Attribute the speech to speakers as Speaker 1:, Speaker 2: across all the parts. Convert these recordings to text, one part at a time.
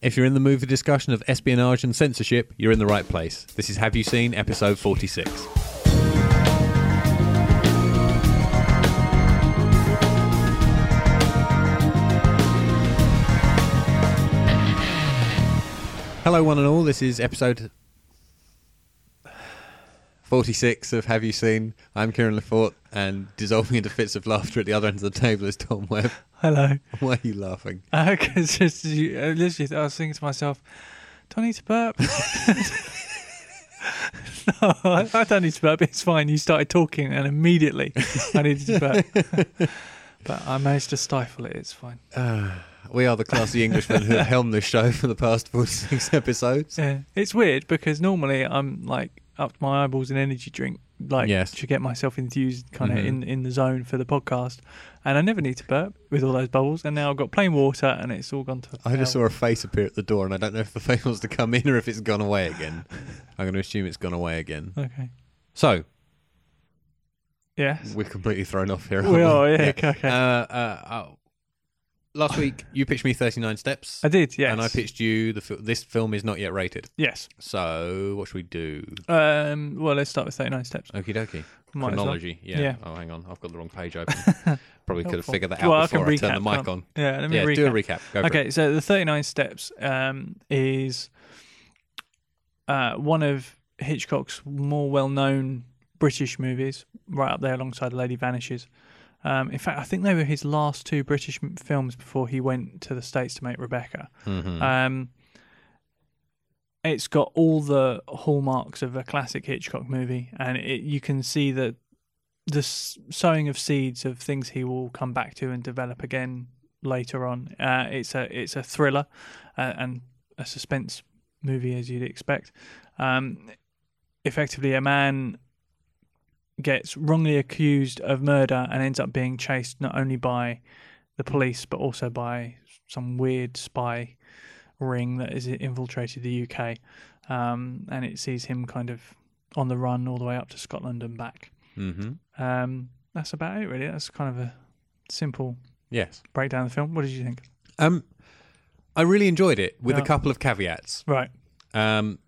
Speaker 1: If you're in the mood for discussion of espionage and censorship, you're in the right place. This is Have You Seen, episode 46. Hello, one and all. This is episode 46 of Have You Seen. I'm Kieran Lefort, and dissolving into fits of laughter at the other end of the table is Tom Webb.
Speaker 2: Hello.
Speaker 1: Why are you laughing?
Speaker 2: I it's just you, I literally, I was thinking to myself, do I need to burp? no, I, I don't need to burp. It's fine. You started talking, and immediately I needed to burp. but I managed to stifle it. It's fine.
Speaker 1: We are the classy Englishmen who have helmed this show for the past 46 episodes.
Speaker 2: Yeah. It's weird because normally I'm like up to my eyeballs in energy drink, like
Speaker 1: Yes.
Speaker 2: to get myself enthused, kind of
Speaker 1: Mhm.
Speaker 2: in in the zone for the podcast, and I never need to burp with all those bubbles. And now I've got plain water, and it's all gone to.
Speaker 1: I just saw
Speaker 2: hell.
Speaker 1: a face appear at the door, and I don't know if the face wants to come in or if it's gone away again. I'm going to assume it's gone away again.
Speaker 2: Okay.
Speaker 1: So,
Speaker 2: Yes.
Speaker 1: we're completely thrown off here.
Speaker 2: We
Speaker 1: aren't
Speaker 2: are, yeah, okay, okay.
Speaker 1: Uh, uh, oh. Last week, you pitched me 39 Steps,
Speaker 2: I did. Yes.
Speaker 1: and I pitched you the fil- this film is not yet rated.
Speaker 2: Yes.
Speaker 1: So, what should we do?
Speaker 2: Um, well, let's start with 39 steps.
Speaker 1: Okie dokie.
Speaker 2: Might as well.
Speaker 1: Chronology. Yeah.
Speaker 2: Yeah.
Speaker 1: Oh, hang on. I've got the wrong page open. Probably could have
Speaker 2: Helpful.
Speaker 1: figured that out
Speaker 2: Well, I can
Speaker 1: before I, turned the
Speaker 2: recap,
Speaker 1: mic on.
Speaker 2: Yeah, let me
Speaker 1: Yeah,
Speaker 2: recap.
Speaker 1: do a recap. Go for it.
Speaker 2: okay, so the 39 steps um, is uh, one of Hitchcock's more well known British movies, right up there alongside Lady Vanishes. Um, in fact, I think they were his last two British m- films before he went to the States to make Rebecca.
Speaker 1: Mm-hmm.
Speaker 2: Um, it's got all the hallmarks of a classic Hitchcock movie, and it, you can see the the s- sowing of seeds of things he will come back to and develop again later on. Uh, it's a it's a thriller uh, and a suspense movie as you'd expect. Um, effectively, a man gets wrongly accused of murder and ends up being chased not only by the police but also by some weird spy ring that has infiltrated the UK, um, and it sees him kind of on the run all the way up to Scotland and back.
Speaker 1: Mm-hmm.
Speaker 2: Um, that's about it, really. That's kind of a simple
Speaker 1: Yes.
Speaker 2: breakdown of the film. What did you think?
Speaker 1: Um, I really enjoyed it with a
Speaker 2: Yeah.
Speaker 1: couple of caveats.
Speaker 2: Right.
Speaker 1: Um,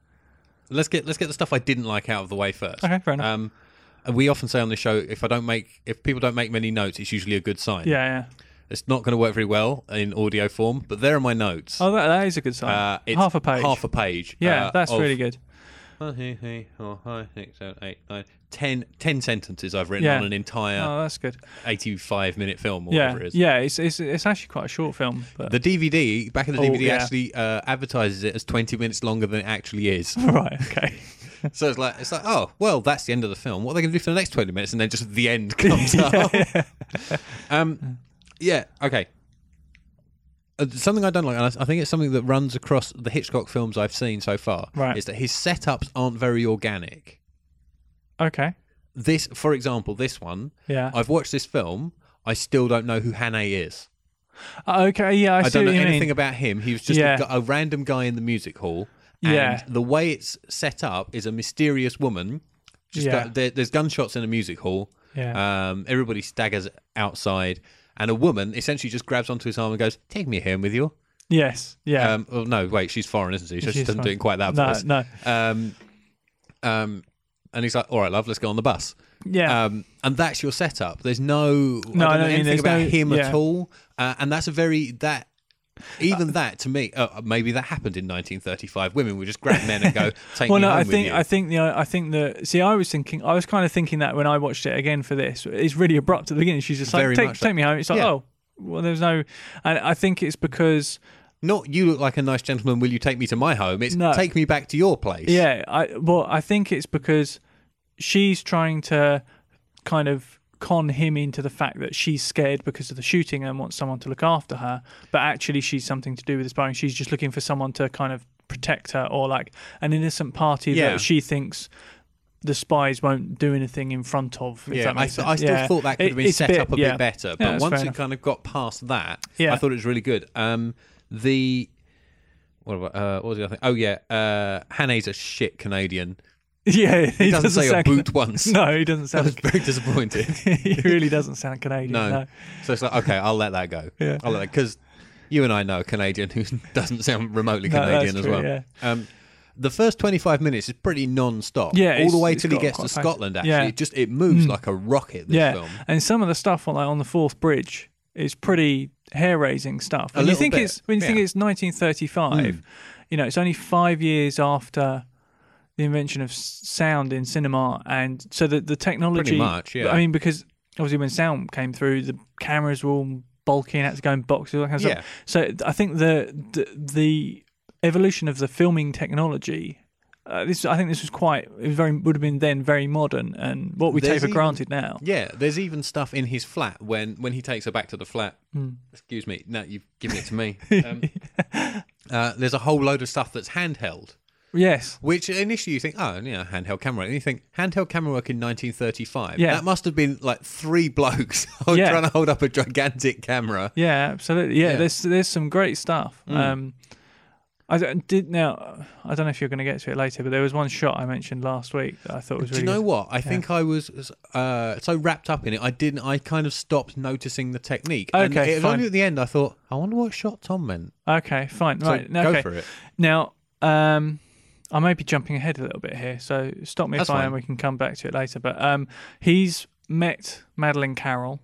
Speaker 1: let's get let's get the stuff I didn't like out of the way first.
Speaker 2: Okay, fair enough.
Speaker 1: Um, and we often say on the show if I don't make if people don't make many notes, it's usually a good sign.
Speaker 2: Yeah, yeah.
Speaker 1: It's not going to work very well in audio form, but there are my notes.
Speaker 2: Oh, that, that is a good sign.
Speaker 1: Uh, it's
Speaker 2: half a page.
Speaker 1: Half a page.
Speaker 2: yeah,
Speaker 1: uh,
Speaker 2: that's
Speaker 1: of-
Speaker 2: really good.
Speaker 1: One, two, three, four, five, oh, six, seven, eight, nine, ten- ten sentences I've written
Speaker 2: Yeah.
Speaker 1: on an entire
Speaker 2: Oh, that's good.
Speaker 1: 85 minute film or
Speaker 2: Yeah,
Speaker 1: whatever it is.
Speaker 2: yeah. It's it's it's actually quite a short film, but
Speaker 1: The DVD, back in the
Speaker 2: Oh,
Speaker 1: DVD,
Speaker 2: yeah.
Speaker 1: actually uh, advertises it as 20 minutes longer than it actually is.
Speaker 2: right, okay.
Speaker 1: so it's like, it's like, oh, well, that's the end of the film. What are they going to do for the next 20 minutes? And then just the end comes up. um, yeah, okay. Uh, something I don't like, and I I think it's something that runs across the Hitchcock films I've seen so far,
Speaker 2: Right.
Speaker 1: is that his setups aren't very organic.
Speaker 2: Okay.
Speaker 1: This, for example, this one,
Speaker 2: Yeah.
Speaker 1: I've watched this film, I still don't know who Hannay is.
Speaker 2: Uh, okay. Yeah, I,
Speaker 1: I
Speaker 2: see
Speaker 1: don't know
Speaker 2: what you
Speaker 1: anything
Speaker 2: mean.
Speaker 1: about him. He was just
Speaker 2: Yeah.
Speaker 1: a, gu- a random guy in the music hall. And
Speaker 2: Yeah.
Speaker 1: the way it's set up is a mysterious woman. Just
Speaker 2: Yeah.
Speaker 1: go- there, there's gunshots in a music hall.
Speaker 2: Yeah.
Speaker 1: Um, everybody staggers outside, and a woman essentially just grabs onto his arm and goes, "Take me home with you."
Speaker 2: Yes. Yeah.
Speaker 1: Um, well, no, wait, she's foreign, isn't she? So she
Speaker 2: She's
Speaker 1: doesn't do
Speaker 2: foreign.
Speaker 1: it in quite that
Speaker 2: no.
Speaker 1: voice.
Speaker 2: No.
Speaker 1: Um, um, and he's like, "All right, love, let's go on the bus."
Speaker 2: Yeah.
Speaker 1: Um, and that's your setup. There's no, I don't
Speaker 2: No, I
Speaker 1: know
Speaker 2: know what you mean.
Speaker 1: anything
Speaker 2: There's
Speaker 1: about
Speaker 2: no-
Speaker 1: him at
Speaker 2: yeah.
Speaker 1: all. Uh, and that's a very that. Even that to me, uh, maybe that happened in 1935. Women would just grab men and go, "Take
Speaker 2: well,
Speaker 1: me
Speaker 2: no,
Speaker 1: home
Speaker 2: I
Speaker 1: with
Speaker 2: think
Speaker 1: you."
Speaker 2: I think the I think the see, I was thinking, I was kind of thinking that when I watched it again for this, it's really abrupt at the beginning. She's just like,
Speaker 1: Very
Speaker 2: take,
Speaker 1: much
Speaker 2: take
Speaker 1: so.
Speaker 2: me home. It's like,
Speaker 1: Yeah.
Speaker 2: oh, well, there's no, and I think it's because
Speaker 1: Not you look like a nice gentleman. Will you take me to my home? It's
Speaker 2: No.
Speaker 1: take me back to your place.
Speaker 2: yeah, I well, I think it's because she's trying to kind of con him into the fact that she's scared because of the shooting and wants someone to look after her, but actually she's something to do with the spying. She's just looking for someone to kind of protect her or like an innocent party
Speaker 1: Yeah.
Speaker 2: that she thinks the spies won't do anything in front of. if
Speaker 1: yeah.
Speaker 2: that
Speaker 1: I,
Speaker 2: makes
Speaker 1: th-
Speaker 2: sense.
Speaker 1: I still
Speaker 2: Yeah.
Speaker 1: thought that could
Speaker 2: It-
Speaker 1: have been
Speaker 2: it's
Speaker 1: set up a
Speaker 2: yeah.
Speaker 1: bit better,
Speaker 2: Yeah,
Speaker 1: but
Speaker 2: that's fair
Speaker 1: once it
Speaker 2: enough.
Speaker 1: kind of got past that,
Speaker 2: Yeah.
Speaker 1: I thought it was really good. Um, the what about uh, what was the other thing? Oh yeah, uh, Hannay's a shit Canadian.
Speaker 2: yeah, he,
Speaker 1: He doesn't, say
Speaker 2: sound,
Speaker 1: a boot once.
Speaker 2: No, he doesn't
Speaker 1: I was
Speaker 2: sound.
Speaker 1: very disappointed.
Speaker 2: he really doesn't sound Canadian.
Speaker 1: No.
Speaker 2: no.
Speaker 1: So it's like, okay, I'll let that go.
Speaker 2: Yeah.
Speaker 1: I'll let that because you and I know a Canadian who doesn't sound remotely
Speaker 2: No, that's
Speaker 1: Canadian as
Speaker 2: true,
Speaker 1: well.
Speaker 2: yeah.
Speaker 1: Um, the first 25 minutes is pretty non-stop.
Speaker 2: Yeah,
Speaker 1: all
Speaker 2: it's-
Speaker 1: the way
Speaker 2: it's
Speaker 1: till he
Speaker 2: got
Speaker 1: gets
Speaker 2: quite
Speaker 1: to
Speaker 2: fast.
Speaker 1: Scotland. Actually,
Speaker 2: Yeah. Hmm.
Speaker 1: it just it moves like a rocket. This
Speaker 2: yeah,
Speaker 1: film.
Speaker 2: and some of the stuff on like on the Fourth Bridge is pretty hair-raising stuff. When you
Speaker 1: little
Speaker 2: think
Speaker 1: bit,
Speaker 2: it's when you think
Speaker 1: yeah. Hmm.
Speaker 2: it's 1935, you know, it's only five years after the invention of s- sound in cinema, and so the the technology.
Speaker 1: much, yeah.
Speaker 2: I mean, because obviously when sound came through, the cameras were all bulky and had to go in boxes, all that kind of
Speaker 1: Yeah.
Speaker 2: stuff. So th- I think the the, the evolution of the filming technology. Uh, this I think this was quite it was very would have been then very modern and what we
Speaker 1: There's e
Speaker 2: take for
Speaker 1: even-
Speaker 2: granted now.
Speaker 1: Yeah, there's even stuff in his flat when when he takes her back to the flat.
Speaker 2: Hmm.
Speaker 1: Excuse me, no, you've given it to me. Um, uh, there's a whole load of stuff that's handheld.
Speaker 2: Yes.
Speaker 1: Which initially you think, oh, you know, handheld camera. And you think, handheld camera work in 1935.
Speaker 2: Yeah.
Speaker 1: That must have been like three blokes all
Speaker 2: Yeah.
Speaker 1: trying to hold up a gigantic camera.
Speaker 2: Yeah, absolutely. Yeah,
Speaker 1: Yeah. Mm.
Speaker 2: there's there's some great stuff. Um, I don't- did now. I don't know if you're going to get to it later, but there was one shot I mentioned last week that I thought was
Speaker 1: Do
Speaker 2: really.
Speaker 1: you know
Speaker 2: good.
Speaker 1: what? I think I was uh, so wrapped up in it, I didn't. I kind of stopped noticing the technique. and
Speaker 2: Okay,
Speaker 1: it was
Speaker 2: fine.
Speaker 1: only at the end I thought, I wonder what shot Tom meant.
Speaker 2: Okay, fine.
Speaker 1: So
Speaker 2: Right.
Speaker 1: go
Speaker 2: okay.
Speaker 1: for it.
Speaker 2: Now, um, I may be jumping ahead a little bit here, so stop me
Speaker 1: That's
Speaker 2: if I am.
Speaker 1: fine.
Speaker 2: We can come back to it later. But um, he's met Madeline Carroll,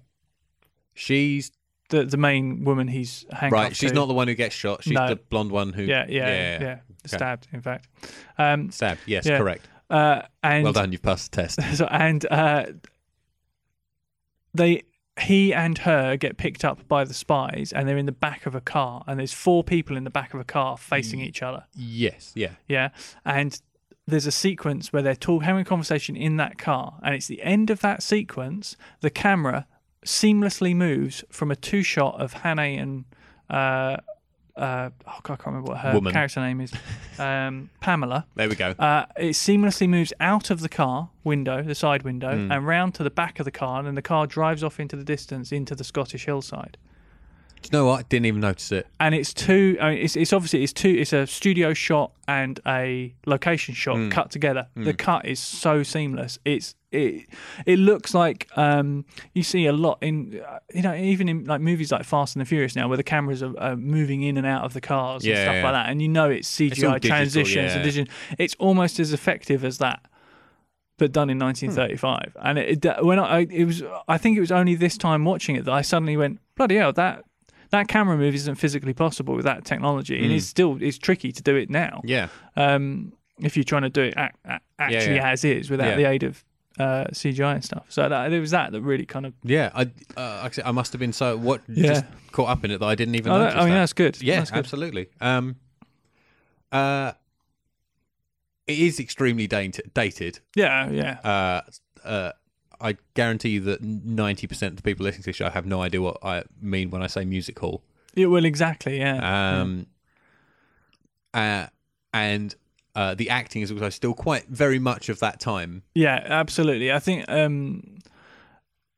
Speaker 1: She's
Speaker 2: the the main woman he's handcuffed
Speaker 1: right. She's
Speaker 2: to.
Speaker 1: not the one who gets shot. She's
Speaker 2: No.
Speaker 1: the blonde one who.
Speaker 2: Yeah, yeah, yeah. Stabbed, in fact. Um,
Speaker 1: Stab. Yes,
Speaker 2: Yeah.
Speaker 1: correct.
Speaker 2: uh, and
Speaker 1: Well done. You've passed the test.
Speaker 2: So and uh, they he and her get picked up by the spies and they're in the back of a car and there's four people in the back of a car facing each other.
Speaker 1: yes. Yeah.
Speaker 2: Yeah. And there's a sequence where they're talk, having a conversation in that car and it's the end of that sequence the camera seamlessly moves from a two shot of Hannah and uh uh, oh God, I can't remember what her
Speaker 1: Woman.
Speaker 2: character name is. Um, Pamela,
Speaker 1: There we go.
Speaker 2: uh, it seamlessly moves out of the car window, the side window,
Speaker 1: Hmm.
Speaker 2: and round to the back of the car, and then the car drives off into the distance into the Scottish hillside.
Speaker 1: Do you know what? I didn't even notice it.
Speaker 2: And it's two. I mean, it's, it's obviously it's two. It's a studio shot and a location shot
Speaker 1: Hmm.
Speaker 2: cut together. The cut is so seamless. It's it. It looks like um, you see a lot in uh, you know even in like movies like Fast and the Furious now where the cameras are, are moving in and out of the cars and
Speaker 1: Yeah,
Speaker 2: stuff
Speaker 1: yeah.
Speaker 2: like that, and you know it's CGI
Speaker 1: all digital,
Speaker 2: transitions
Speaker 1: yeah.
Speaker 2: and digital. It's almost as effective as that. but done
Speaker 1: Hmm.
Speaker 2: in 1935. And it, it- when I it was, I think it was only this time watching it that I suddenly went, bloody hell, that that camera move isn't physically possible with that technology, and it's still it's tricky to do it now.
Speaker 1: Hmm. Yeah.
Speaker 2: Um, if you're trying to do it ac- ac- actually
Speaker 1: yeah.
Speaker 2: as is without
Speaker 1: Yeah.
Speaker 2: the aid of uh, CGI and stuff. So that, it was that that really kind of.
Speaker 1: Yeah. I. Uh, actually, I must have been so what just caught up in it that I didn't even
Speaker 2: Oh,
Speaker 1: notice.
Speaker 2: that, I mean,
Speaker 1: that.
Speaker 2: that's good.
Speaker 1: Yeah,
Speaker 2: that's good.
Speaker 1: absolutely. Um, uh, it is extremely dated. dated.
Speaker 2: Yeah, yeah.
Speaker 1: Uh, uh, I guarantee you that ninety percent of the people listening to this show have no idea what I mean when I say music hall.
Speaker 2: It will exactly. Yeah.
Speaker 1: Um,
Speaker 2: Hmm.
Speaker 1: uh, and uh, the acting is also still quite very much of that time.
Speaker 2: Yeah, absolutely. I think, um,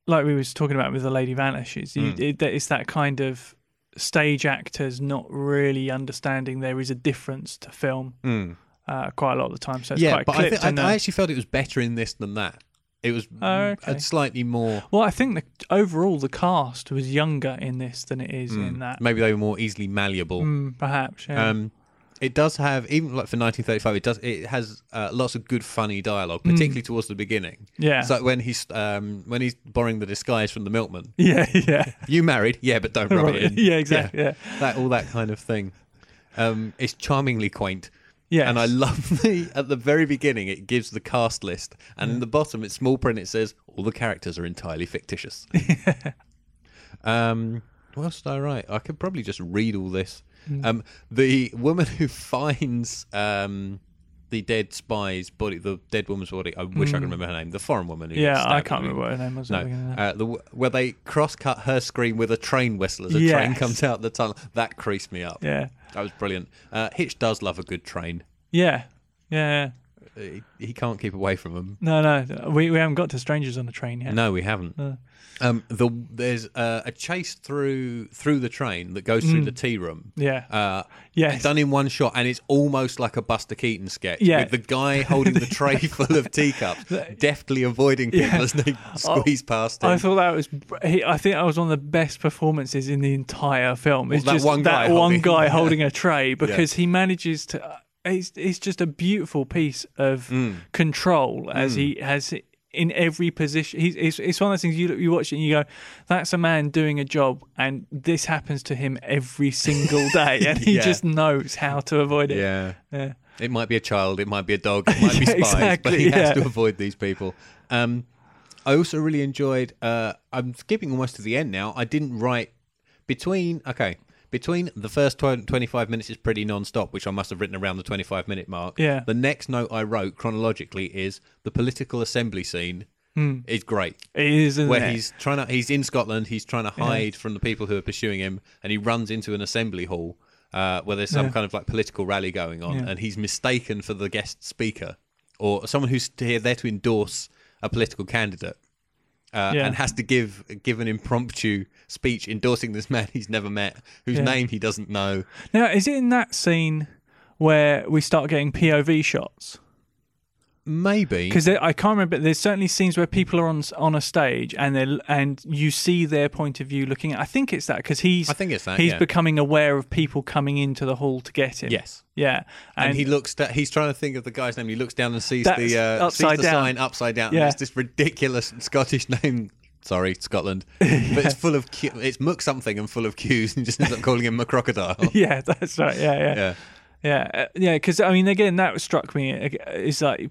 Speaker 2: like we was talking about with the Lady Vanishes, you,
Speaker 1: Hmm.
Speaker 2: it, it's that kind of stage actors not really understanding there is a difference to film uh, quite a lot of the time. So it's
Speaker 1: Hmm. yeah,
Speaker 2: quite
Speaker 1: but I,
Speaker 2: clipped.
Speaker 1: think, I,
Speaker 2: and, uh,
Speaker 1: I actually felt it was better in this than that. It was
Speaker 2: Oh, okay.
Speaker 1: uh, slightly more.
Speaker 2: well, I think the, overall the cast was younger in this than it is in that.
Speaker 1: Maybe they were more easily malleable.
Speaker 2: Mm, perhaps. Yeah.
Speaker 1: Hmm. Um, it does have even like for 1935. It does. It has uh, lots of good funny dialogue, particularly towards the beginning.
Speaker 2: Mm. Yeah.
Speaker 1: So when he's um, when he's borrowing the disguise from the milkman.
Speaker 2: yeah. Yeah.
Speaker 1: You married? Yeah, but don't rub it in.
Speaker 2: yeah. Exactly. Yeah.
Speaker 1: That all that kind of thing. Um, it's charmingly quaint.
Speaker 2: Yes.
Speaker 1: And I love the at the very beginning it gives the cast list, and in the bottom it's small print. It says all the characters are entirely fictitious. um, what else did I write? I could probably just read all this.
Speaker 2: Mm.
Speaker 1: Um, the woman who finds um, the dead spy's body, the dead woman's body. I wish I could remember her name. The foreign woman. Who got
Speaker 2: Mm. Yeah.
Speaker 1: stabbed
Speaker 2: I
Speaker 1: at the
Speaker 2: can't
Speaker 1: beginning.
Speaker 2: remember what her name was. at the beginning
Speaker 1: No,
Speaker 2: of that.
Speaker 1: uh, the, where they cross-cut her screen with a train whistle as a train
Speaker 2: Yes.
Speaker 1: comes out the tunnel. That creased me up.
Speaker 2: Yeah.
Speaker 1: That was brilliant. Uh, Hitch does love a good train.
Speaker 2: Yeah. Yeah.
Speaker 1: he, he can't keep away from them.
Speaker 2: No, no, we, we haven't got to strangers on the train yet.
Speaker 1: No, we haven't.
Speaker 2: No.
Speaker 1: Um, the there's uh, a chase through through the train that goes through the tea room.
Speaker 2: Mm. Yeah.
Speaker 1: Uh,
Speaker 2: Yes.
Speaker 1: Done in one shot, and it's almost like a Buster Keaton sketch
Speaker 2: Yeah.
Speaker 1: with the guy holding the tray full of teacups, deftly avoiding people as they squeeze past him.
Speaker 2: Oh, I thought that was. br- He, I think that was one of the best performances in the entire film. It's
Speaker 1: that
Speaker 2: just
Speaker 1: one guy
Speaker 2: that one
Speaker 1: holding-
Speaker 2: guy
Speaker 1: yeah.
Speaker 2: holding a tray because he manages to. It's it's just a beautiful piece of
Speaker 1: Mm.
Speaker 2: control as he has it in every position. He's it's, it's one of those things you look- you watch it and you go, that's a man doing a job, and this happens to him every single day, and he
Speaker 1: Yeah.
Speaker 2: just knows how to avoid it.
Speaker 1: yeah.
Speaker 2: Yeah.
Speaker 1: It might be a child, it might be a dog, it might be
Speaker 2: Yeah,
Speaker 1: spies, but he
Speaker 2: exactly,
Speaker 1: has
Speaker 2: yeah.
Speaker 1: to avoid these people. Um, I also really enjoyed. Uh, I'm skipping almost to the end now. I didn't write between. Okay, between the first tw- 25 minutes is pretty non-stop, which I must have written around the 25 minute mark.
Speaker 2: Yeah.
Speaker 1: The next note I wrote chronologically is the political assembly scene
Speaker 2: Hmm.
Speaker 1: is great
Speaker 2: It is isn't
Speaker 1: where
Speaker 2: it?
Speaker 1: he's trying to he's in Scotland, he's trying to hide from the people who are pursuing him, and he runs into an assembly hall uh, where there's some
Speaker 2: Yeah.
Speaker 1: kind of like political rally going on,
Speaker 2: Yeah.
Speaker 1: and he's mistaken for the guest speaker or someone who's here there to endorse a political candidate. Uh,
Speaker 2: Yeah.
Speaker 1: And has to give give an impromptu speech endorsing this man he's never met, whose
Speaker 2: Yeah.
Speaker 1: name he doesn't know.
Speaker 2: Now, is it in that scene where we start getting POV shots?
Speaker 1: Maybe
Speaker 2: Because I can't remember. There's certainly scenes where people are on s- on a stage and they and you see their point of view looking. at I think it's that because he's
Speaker 1: I think it's that,
Speaker 2: he's
Speaker 1: yeah.
Speaker 2: becoming aware of people coming into the hall to get him.
Speaker 1: Yes.
Speaker 2: Yeah.
Speaker 1: and he looks. Da- he's trying to think of the guy's name. He looks down and sees
Speaker 2: That's
Speaker 1: the uh,
Speaker 2: upside
Speaker 1: sees the
Speaker 2: down.
Speaker 1: sign upside down.
Speaker 2: Yeah.
Speaker 1: And it's this ridiculous Scottish name. Sorry, Scotland, but it's full of Q- it's Mook something and full of Q's and just ends up calling him a crocodile.
Speaker 2: Yeah, that's right. Yeah, yeah, yeah,
Speaker 1: Yeah,
Speaker 2: yeah. Uh, yeah, Because I mean, again, that struck me. uh, Is like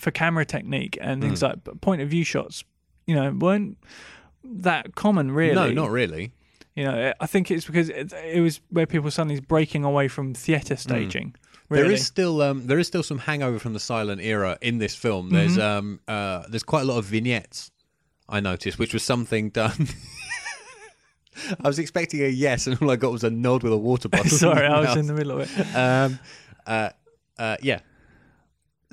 Speaker 2: for camera technique and
Speaker 1: Hmm.
Speaker 2: things like but point of view shots. You know, weren't that common really.
Speaker 1: no, not really.
Speaker 2: You know, I think it's because it, it was where people were suddenly breaking away from theatre staging. Really.
Speaker 1: Hmm. There is still um, there is still some hangover from the silent era in this film. There's
Speaker 2: Mm-hmm.
Speaker 1: um uh, there's quite a lot of vignettes I noticed, which was something done. I was expecting a yes, and all I got was a nod with a water bottle.
Speaker 2: Sorry, I
Speaker 1: mouth.
Speaker 2: was in the middle of it.
Speaker 1: um, uh, uh, yeah.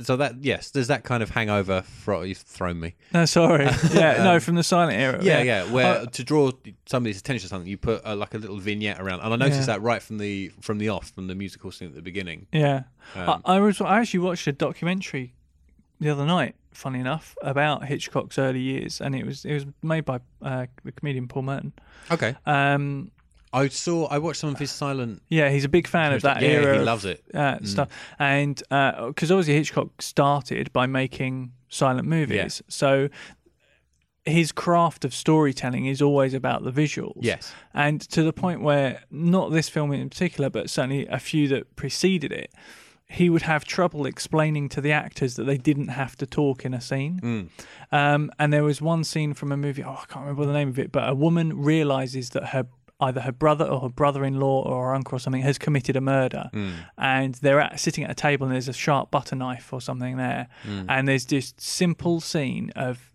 Speaker 1: So that yes, there's that kind of hangover. Fro- you've thrown me.
Speaker 2: No, sorry. Yeah, no, from the silent era.
Speaker 1: um, Yeah, yeah.
Speaker 2: Uh,
Speaker 1: Where to draw somebody's attention to something, you put uh, like a little vignette around, and I noticed
Speaker 2: Yeah.
Speaker 1: that right from the from the off, from the musical scene at the beginning.
Speaker 2: Yeah.
Speaker 1: Um,
Speaker 2: I, I was. I actually watched a documentary the other night. Funny enough, about Hitchcock's early years, and it was it was made by uh, the comedian Paul Merton.
Speaker 1: Okay.
Speaker 2: Um,
Speaker 1: I saw. I watched some of his silent.
Speaker 2: yeah, he's a big fan of that
Speaker 1: yeah,
Speaker 2: era.
Speaker 1: he
Speaker 2: of-
Speaker 1: loves it. Mm.
Speaker 2: uh, stuff. And because obviously Hitchcock started by making silent movies, so his craft of storytelling is always about the visuals.
Speaker 1: Yes.
Speaker 2: and to the point where not this film in particular, but certainly a few that preceded it. He would have trouble explaining to the actors that they didn't have to talk in a scene. Um, and there was one scene from a movie, oh, I can't remember the name of it, but a woman realizes that her either her brother or her brother-in-law or her uncle or something has committed a murder and they're at, sitting at a table and there's a sharp butter knife or something there and there's this simple scene of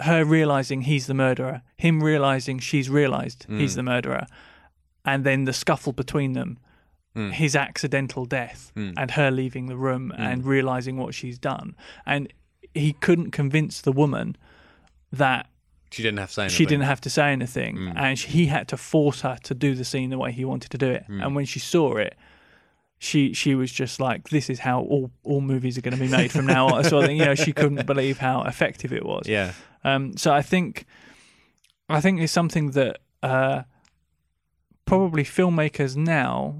Speaker 2: her realizing he's the murderer him realizing she's realized he's the murderer and then the scuffle between them his accidental death and her leaving the room and realizing what she's done and he couldn't convince the woman that
Speaker 1: She didn't have to say anything.
Speaker 2: she didn't have to say anything and she, he had to force her to do the scene the way he wanted to do it and when she saw it she she was just like this is how all all movies are going to be made from now on so I think, you know she couldn't believe how effective it was
Speaker 1: Yeah.
Speaker 2: um, so I think, I think it's something that uh, probably filmmakers now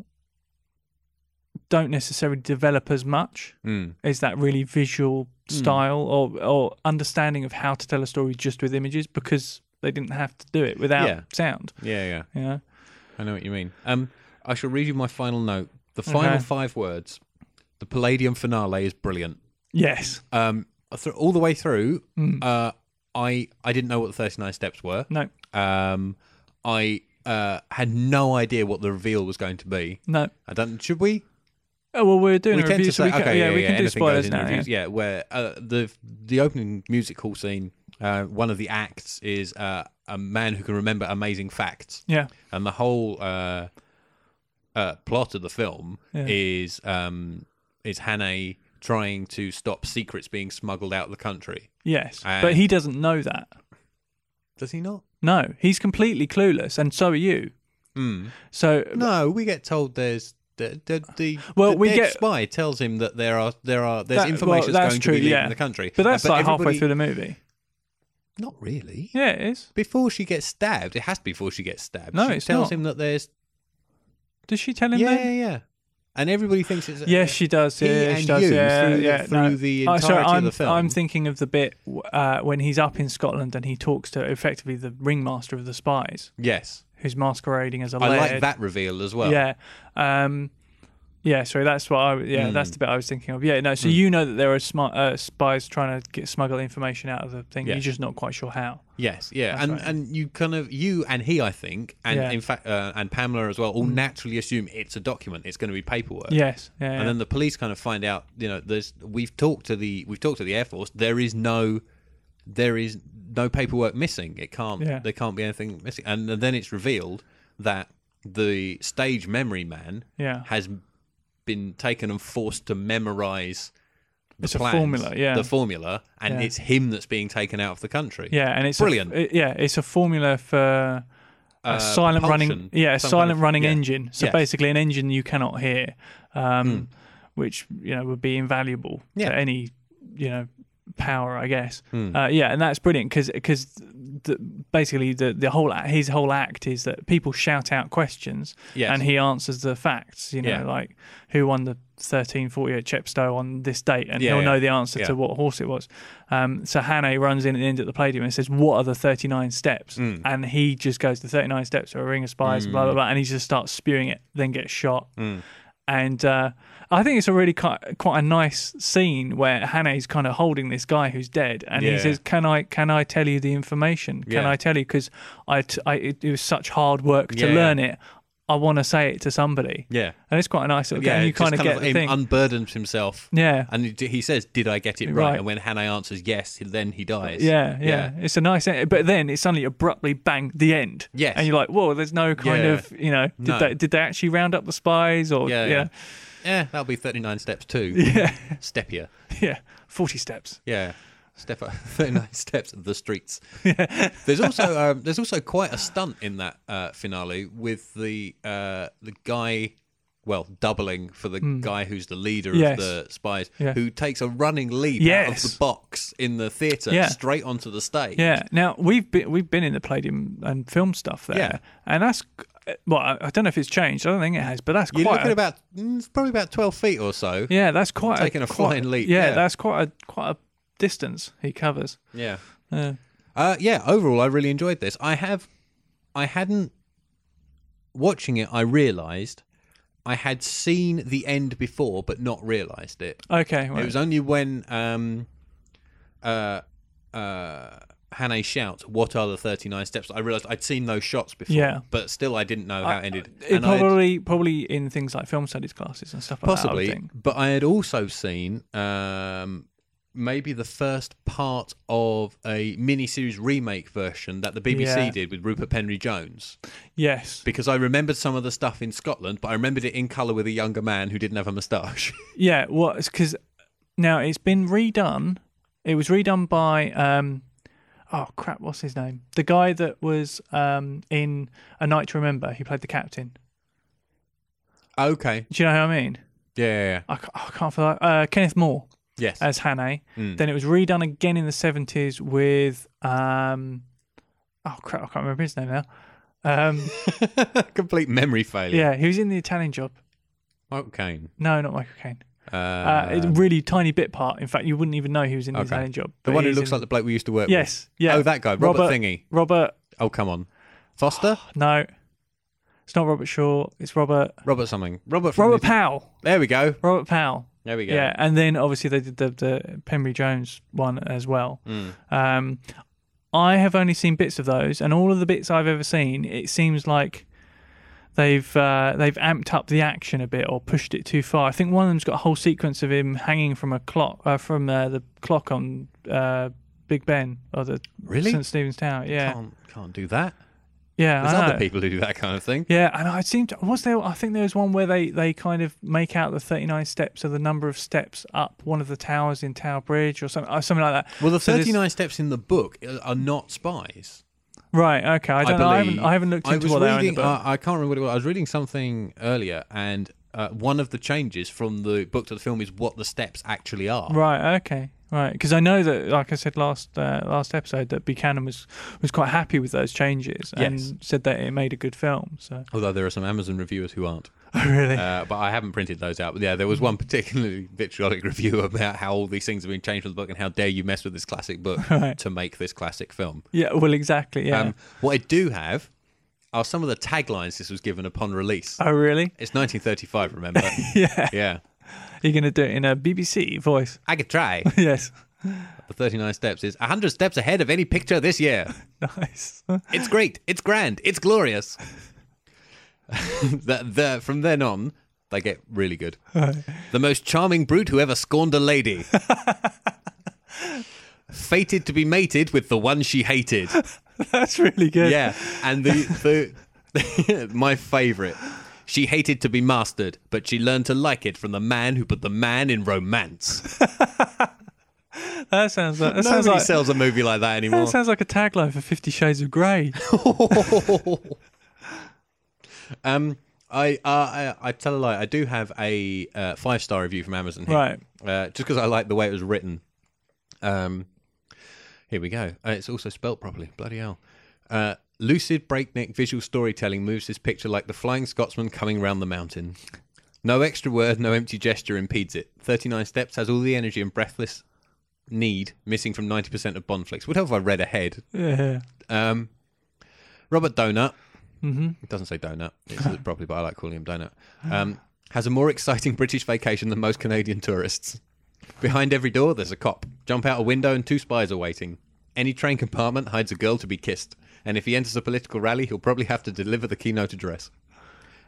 Speaker 2: don't necessarily develop as much.
Speaker 1: Mm.
Speaker 2: Is that really visual
Speaker 1: Hmm.
Speaker 2: style or or understanding of how to tell a story just with images because they didn't have to do it without
Speaker 1: Yeah.
Speaker 2: sound.
Speaker 1: Yeah. Yeah.
Speaker 2: You know?
Speaker 1: I know what you mean. Um, I shall read you my final note. The final
Speaker 2: Okay.
Speaker 1: five words. The Palladium finale is brilliant.
Speaker 2: Yes.
Speaker 1: um, th- all the way through,
Speaker 2: Hmm.
Speaker 1: uh, I I didn't know what the thirty nine steps were.
Speaker 2: No.
Speaker 1: Um, I uh, had no idea what the reveal was going to be.
Speaker 2: No.
Speaker 1: I don't. Should we?
Speaker 2: Oh well, we're doing
Speaker 1: We
Speaker 2: a
Speaker 1: tend
Speaker 2: review,
Speaker 1: to
Speaker 2: so
Speaker 1: say
Speaker 2: we can,
Speaker 1: okay.
Speaker 2: yeah, we can do
Speaker 1: anything goes
Speaker 2: spoilers
Speaker 1: in the
Speaker 2: now. Yeah.
Speaker 1: reviews. Yeah, where uh, the the opening music hall scene. Uh, one of the acts is uh, a man who can remember amazing facts
Speaker 2: yeah,
Speaker 1: and the whole uh, uh, plot of the film is um, is Hannah trying to stop secrets being smuggled out of the country.
Speaker 2: Yes, but
Speaker 1: And-
Speaker 2: he doesn't know that.
Speaker 1: Does he not?
Speaker 2: No, he's completely clueless, and so are you.
Speaker 1: Hmm.
Speaker 2: So
Speaker 1: No, we get told there's the the, the
Speaker 2: Well,
Speaker 1: the
Speaker 2: we
Speaker 1: dead
Speaker 2: get-
Speaker 1: spy tells him that there are there are there's
Speaker 2: That- well,
Speaker 1: information
Speaker 2: that's
Speaker 1: that's going
Speaker 2: true,
Speaker 1: to be leaving
Speaker 2: yeah.
Speaker 1: the country.
Speaker 2: But that's
Speaker 1: Uh,
Speaker 2: like halfway
Speaker 1: everybody-
Speaker 2: through the movie.
Speaker 1: Not really.
Speaker 2: Yeah, it is.
Speaker 1: Before she gets stabbed, it has to be before she gets stabbed.
Speaker 2: No,
Speaker 1: she
Speaker 2: it's
Speaker 1: tells
Speaker 2: not.
Speaker 1: him that there's
Speaker 2: Does she tell him
Speaker 1: yeah,
Speaker 2: that?
Speaker 1: yeah, yeah, and everybody thinks it's
Speaker 2: Yes, she does.
Speaker 1: He
Speaker 2: yeah, she
Speaker 1: and
Speaker 2: does.
Speaker 1: you
Speaker 2: yeah,
Speaker 1: through the-
Speaker 2: yeah,
Speaker 1: through
Speaker 2: no.
Speaker 1: the
Speaker 2: Oh, sorry,
Speaker 1: entirety of
Speaker 2: I'm,
Speaker 1: the film.
Speaker 2: I'm thinking of the bit uh, when he's up in Scotland and he talks to effectively the ringmaster of the spies,
Speaker 1: yes.
Speaker 2: who's masquerading as a
Speaker 1: I
Speaker 2: laird.
Speaker 1: like that reveal as well.
Speaker 2: Yeah. Um, yeah, sorry, that's what I. Yeah,
Speaker 1: Hmm.
Speaker 2: that's the bit I was thinking of. Yeah, no. So you know that there are smart, uh, spies trying to get smuggle information out of the thing.
Speaker 1: Yeah.
Speaker 2: You're just not quite sure how.
Speaker 1: Yes, yeah,
Speaker 2: That's
Speaker 1: and
Speaker 2: right.
Speaker 1: and you kind of you and he, I think, and
Speaker 2: Yeah.
Speaker 1: in fact, uh, and Pamela as well, all naturally assume it's a document. It's going to be paperwork.
Speaker 2: Yes. Yeah.
Speaker 1: And then the police kind of find out, you know, there's we've talked to the we've talked to the Air Force. There is no, there is no paperwork missing. It can't.
Speaker 2: Yeah.
Speaker 1: There can't be anything missing. And then it's revealed that the stage memory man
Speaker 2: yeah.
Speaker 1: has been taken and forced to memorize the
Speaker 2: It's a
Speaker 1: plans,
Speaker 2: formula, yeah.
Speaker 1: the formula, and
Speaker 2: Yeah.
Speaker 1: it's him that's being taken out of the country.
Speaker 2: Yeah, and it's
Speaker 1: Brilliant.
Speaker 2: A, it- yeah, it's a formula for a
Speaker 1: Uh,
Speaker 2: silent running.
Speaker 1: propulsion,
Speaker 2: Yeah, a
Speaker 1: some kind
Speaker 2: silent
Speaker 1: of-
Speaker 2: running
Speaker 1: yeah.
Speaker 2: engine. So
Speaker 1: Yes. Hmm.
Speaker 2: basically, an engine you cannot hear, um, which you know would be invaluable
Speaker 1: Yeah. Hmm.
Speaker 2: to any you know power, I guess. Uh, yeah, and that's brilliant because the, basically the the whole a- his whole act is that people shout out questions
Speaker 1: Yes.
Speaker 2: and he answers the facts. You know,
Speaker 1: Yeah.
Speaker 2: like who won the. 1348 Chepstow on this date, and
Speaker 1: Yeah,
Speaker 2: he'll
Speaker 1: yeah.
Speaker 2: know the answer
Speaker 1: Yeah.
Speaker 2: to what horse it was. Um, so Hannah runs in at the end at the Palladium and says, "What are the 39 steps?"
Speaker 1: Hmm.
Speaker 2: And he just goes, "The 39 steps are a ring of spies, blah blah blah," and he just starts spewing it, then gets shot.
Speaker 1: Hmm.
Speaker 2: And uh, I think it's a really quite, quite a nice scene where Hannah is kind of holding this guy who's dead, and he
Speaker 1: Yeah.
Speaker 2: says, "Can I can I tell you the information? Can
Speaker 1: Yeah.
Speaker 2: I tell you because I, t- I it, it was such hard work to
Speaker 1: Yeah, yeah.
Speaker 2: learn it. I want to say it to somebody."
Speaker 1: Yeah.
Speaker 2: And it's quite a nice little
Speaker 1: Yeah,
Speaker 2: game. You
Speaker 1: it's just
Speaker 2: kind of get the
Speaker 1: him
Speaker 2: thing.
Speaker 1: unburdens himself.
Speaker 2: yeah.
Speaker 1: And he- he says, "Did I get it right?"
Speaker 2: Right.
Speaker 1: And when Hannah answers yes, then he dies.
Speaker 2: Yeah, yeah, It's a nice end. But then it's suddenly abruptly bang, the end.
Speaker 1: Yes.
Speaker 2: And you're like, whoa, there's no kind
Speaker 1: Yeah.
Speaker 2: of, you know, did,
Speaker 1: No.
Speaker 2: they, did they actually round up the spies or,
Speaker 1: Yeah,
Speaker 2: yeah,
Speaker 1: yeah.
Speaker 2: yeah,
Speaker 1: yeah. That'll be thirty-nine steps too.
Speaker 2: Yeah.
Speaker 1: Steppier.
Speaker 2: 40 steps.
Speaker 1: Yeah. Step up thirty-nine steps of the streets. There's also um, there's also quite a stunt in that uh, finale with the uh, the guy, well, doubling for the guy who's the leader
Speaker 2: Hmm. Yes.
Speaker 1: of the spies,
Speaker 2: Yeah.
Speaker 1: who takes a running leap out of
Speaker 2: Yes.
Speaker 1: the box in the theatre
Speaker 2: Yeah.
Speaker 1: straight onto the stage.
Speaker 2: Yeah. Now, we've been, we've been in the Palladium and film stuff there.
Speaker 1: Yeah.
Speaker 2: And that's, well, I, I don't know if it's changed. I don't think it has, but that's
Speaker 1: You're
Speaker 2: quite
Speaker 1: looking
Speaker 2: a-
Speaker 1: about mm, it's probably about twelve feet or so.
Speaker 2: yeah, that's quite
Speaker 1: Taking a
Speaker 2: quite-
Speaker 1: flying leap,
Speaker 2: Yeah,
Speaker 1: yeah.
Speaker 2: that's quite a, quite a distance he covers.
Speaker 1: Yeah.
Speaker 2: Yeah.
Speaker 1: Uh, yeah, overall, I really enjoyed this. I have, I hadn't watching it. I realised I had seen the end before, but not realised it.
Speaker 2: Okay.
Speaker 1: It
Speaker 2: right.
Speaker 1: was only when um, uh, uh, Hannah shouts, "What are the thirty-nine steps?" I realised I'd seen those shots before.
Speaker 2: Yeah.
Speaker 1: but still, I didn't know how it ended.
Speaker 2: it
Speaker 1: I'd-
Speaker 2: probably probably in things like film studies classes and stuff like
Speaker 1: possibly,
Speaker 2: that. I would think.
Speaker 1: but I had also seen um, maybe the first part of a miniseries remake version that the BBC
Speaker 2: Yeah.
Speaker 1: did with Rupert Penry Jones.
Speaker 2: Yes.
Speaker 1: Because I remembered some of the stuff in Scotland, but I remembered it in colour with a younger man who didn't have a moustache.
Speaker 2: Yeah, well, it's because now it's been redone. It was redone by um, oh crap, what's his name? The guy that was um in A Night to Remember. He played the captain.
Speaker 1: okay.
Speaker 2: Do you know who I mean?
Speaker 1: Yeah. yeah, yeah.
Speaker 2: I, ca- I can't feel like uh, Kenneth Moore
Speaker 1: Yes.
Speaker 2: as Hannay.
Speaker 1: Hmm.
Speaker 2: Then it was redone again in the seventies with um, oh crap, I can't remember his name now. Um,
Speaker 1: Complete memory failure.
Speaker 2: yeah, he was in the Italian Job.
Speaker 1: Michael Caine.
Speaker 2: No, not Michael Caine.
Speaker 1: Uh,
Speaker 2: Uh, it's a really tiny bit part. In fact, you wouldn't even know he was in the
Speaker 1: Okay.
Speaker 2: Italian Job.
Speaker 1: the
Speaker 2: but
Speaker 1: one who
Speaker 2: he's
Speaker 1: looks
Speaker 2: in-
Speaker 1: like the bloke we used to work with.
Speaker 2: Yes. Yeah.
Speaker 1: Oh, that guy, Robert, Thingy.
Speaker 2: Robert. Oh,
Speaker 1: Oh, come on. Foster?
Speaker 2: No, it's not Robert Shaw. It's Robert.
Speaker 1: Robert something. Robert from
Speaker 2: Robert
Speaker 1: the-
Speaker 2: Powell.
Speaker 1: There we go.
Speaker 2: Robert Powell.
Speaker 1: There we go.
Speaker 2: Yeah. and then obviously they did the the Penry Jones one as well.
Speaker 1: Mm.
Speaker 2: Um, I have only seen bits of those, and all of the bits I've ever seen, it seems like they've uh, they've amped up the action a bit or pushed it too far. I think one of them's got a whole sequence of him hanging from a clock uh, from uh, the clock on uh, Big Ben or the
Speaker 1: Really?
Speaker 2: St Stephen's Tower. Yeah,
Speaker 1: Can't, can't do that.
Speaker 2: Yeah,
Speaker 1: There's
Speaker 2: I
Speaker 1: other
Speaker 2: know.
Speaker 1: people who do that kind of thing.
Speaker 2: Yeah, and I seem to was there. I think there was one where they they kind of make out the thirty nine steps or the number of steps up one of the towers in Tower Bridge or something, uh, something like that.
Speaker 1: Well, the
Speaker 2: So this-
Speaker 1: 39 steps in the book uh, are not spies.
Speaker 2: Right. Okay. I don't. know. I haven't.
Speaker 1: believe-
Speaker 2: I haven't looked
Speaker 1: I
Speaker 2: into
Speaker 1: was
Speaker 2: what they are in the
Speaker 1: reading-
Speaker 2: book.
Speaker 1: I, I can't remember what it was. I was reading something earlier, and uh, one of the changes from the book to the film is what the steps actually are.
Speaker 2: Right. Okay. Right. Because I know that, like I said last uh, last episode, that Buchanan was was quite happy with those changes
Speaker 1: Yes.
Speaker 2: and said that it made a good film. So
Speaker 1: Although there are some Amazon reviewers who aren't.
Speaker 2: really,
Speaker 1: Uh, but I haven't printed those out. But yeah, there was one particularly vitriolic review about how all these things have been changed from the book and how dare you mess with this classic book
Speaker 2: Right.
Speaker 1: to make this classic film.
Speaker 2: yeah. Well, exactly. Yeah.
Speaker 1: Um, what I do have are some of the taglines this was given upon release.
Speaker 2: oh, really?
Speaker 1: It's 1935, remember?
Speaker 2: Yeah.
Speaker 1: yeah.
Speaker 2: You're gonna do it in a BBC voice?
Speaker 1: I could try.
Speaker 2: yes.
Speaker 1: The 39 steps is 100 steps ahead of any picture this year.
Speaker 2: Nice.
Speaker 1: It's great. It's grand. It's glorious. that, the, from then on, they get really good. the most charming brute who ever scorned a lady. Fated to be mated with the one she hated.
Speaker 2: That's really good.
Speaker 1: Yeah. And the, the my favourite. She hated to be mastered, but she learned to like it from the man who put the man in romance.
Speaker 2: That sounds like that sounds
Speaker 1: Nobody
Speaker 2: like
Speaker 1: sells a movie like that anymore.
Speaker 2: that sounds like a tagline for Fifty Shades of Grey.
Speaker 1: um, I, uh, I I tell a lie. I do have a uh, five star review from Amazon. Here,
Speaker 2: Right.
Speaker 1: Uh, just because I like the way it was written. Um, here we go. Uh, it's also spelt properly. Bloody hell. Uh, lucid breakneck visual storytelling moves this picture like the Flying Scotsman coming round the mountain. No extra word, no empty gesture impedes it. 39 Steps has all the energy and breathless need missing from 90% of Bond flicks. Would help if I read ahead.
Speaker 2: Yeah.
Speaker 1: Um, Robert Donut. It doesn't say Donut. It says it properly, but I like calling him Donut. Um, has a more exciting British vacation than most Canadian tourists. Behind every door, there's a cop. Jump out a window, and two spies are waiting. Any train compartment hides a girl to be kissed. And if he enters a political rally, he'll probably have to deliver the keynote address.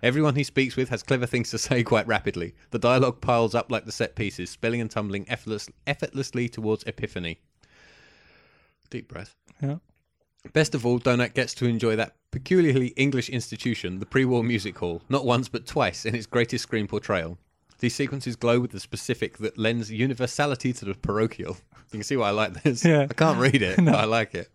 Speaker 1: Everyone he speaks with has clever things to say quite rapidly. The dialogue piles up like the set pieces, spilling and tumbling effortless, effortlessly towards epiphany. Deep breath.
Speaker 2: Yeah.
Speaker 1: Best of all, Donut gets to enjoy that peculiarly English institution, the pre war music hall, not once but twice in its greatest screen portrayal. These sequences glow with the specific that lends universality to the parochial. You can see why I like this.
Speaker 2: Yeah.
Speaker 1: I can't read it, but I like it.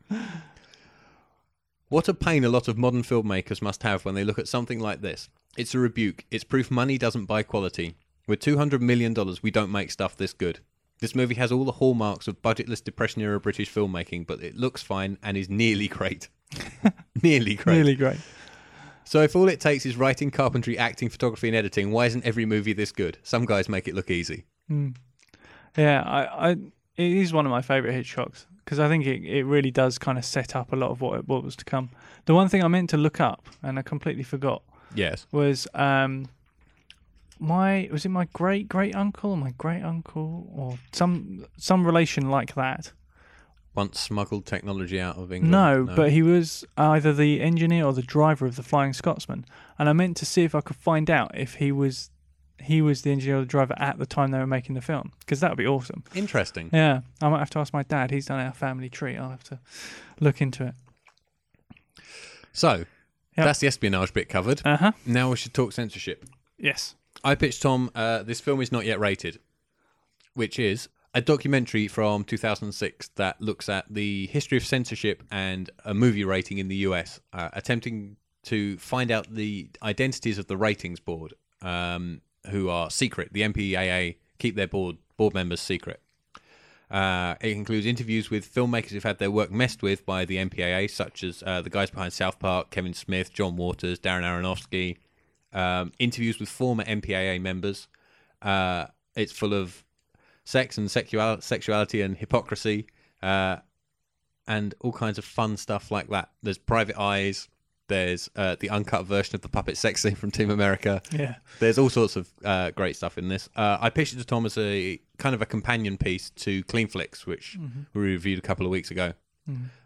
Speaker 1: What a pain a lot of modern filmmakers must have when they look at something like this. It's a rebuke. It's proof money doesn't buy quality. With $200 million, we don't make stuff this good. This movie has all the hallmarks of budgetless Depression era British filmmaking, but it looks fine and is nearly great. nearly great.
Speaker 2: Really great.
Speaker 1: So, if all it takes is writing, carpentry, acting, photography, and editing, why isn't every movie this good? Some guys make it look easy.
Speaker 2: Yeah, I, I it is one of my favourite Hitchcocks because I think it, it really does kind of set up a lot of what what was to come. The one thing I meant to look up and I completely forgot
Speaker 1: Yes.
Speaker 2: was um my was it my great great uncle or my great uncle or some some relation like that.
Speaker 1: Once smuggled technology out of England.
Speaker 2: No, but he was either the engineer or the driver of the Flying Scotsman, and I meant to see if I could find out if he was he was the engineer or the driver at the time they were making the film because that would be awesome.
Speaker 1: Interesting.
Speaker 2: Yeah, I might have to ask my dad. He's done our family tree. I'll have to look into it.
Speaker 1: So, that's the espionage bit covered.
Speaker 2: Uh huh.
Speaker 1: Now we should talk censorship.
Speaker 2: Yes.
Speaker 1: I pitched Tom. Uh, this film is not yet rated, which is a documentary from 2006 that looks at the history of censorship and a movie rating in the US, uh, attempting to find out the identities of the ratings board, um, who are secret. The MPAA keep their board board members secret. Uh, it includes interviews with filmmakers who've had their work messed with by the MPAA, such as uh, the guys behind South Park, Kevin Smith, John Waters, Darren Aronofsky, um, interviews with former MPAA members. Uh, it's full of sex and sexual- sexuality and hypocrisy uh, and all kinds of fun stuff like that. There's Private Eyes. There's uh, the uncut version of the puppet sex scene from Team America.
Speaker 2: Yeah.
Speaker 1: There's all sorts of uh, great stuff in this. Uh, I pitched it to Tom as a kind of a companion piece to Clean Flicks, which we reviewed a couple of weeks ago.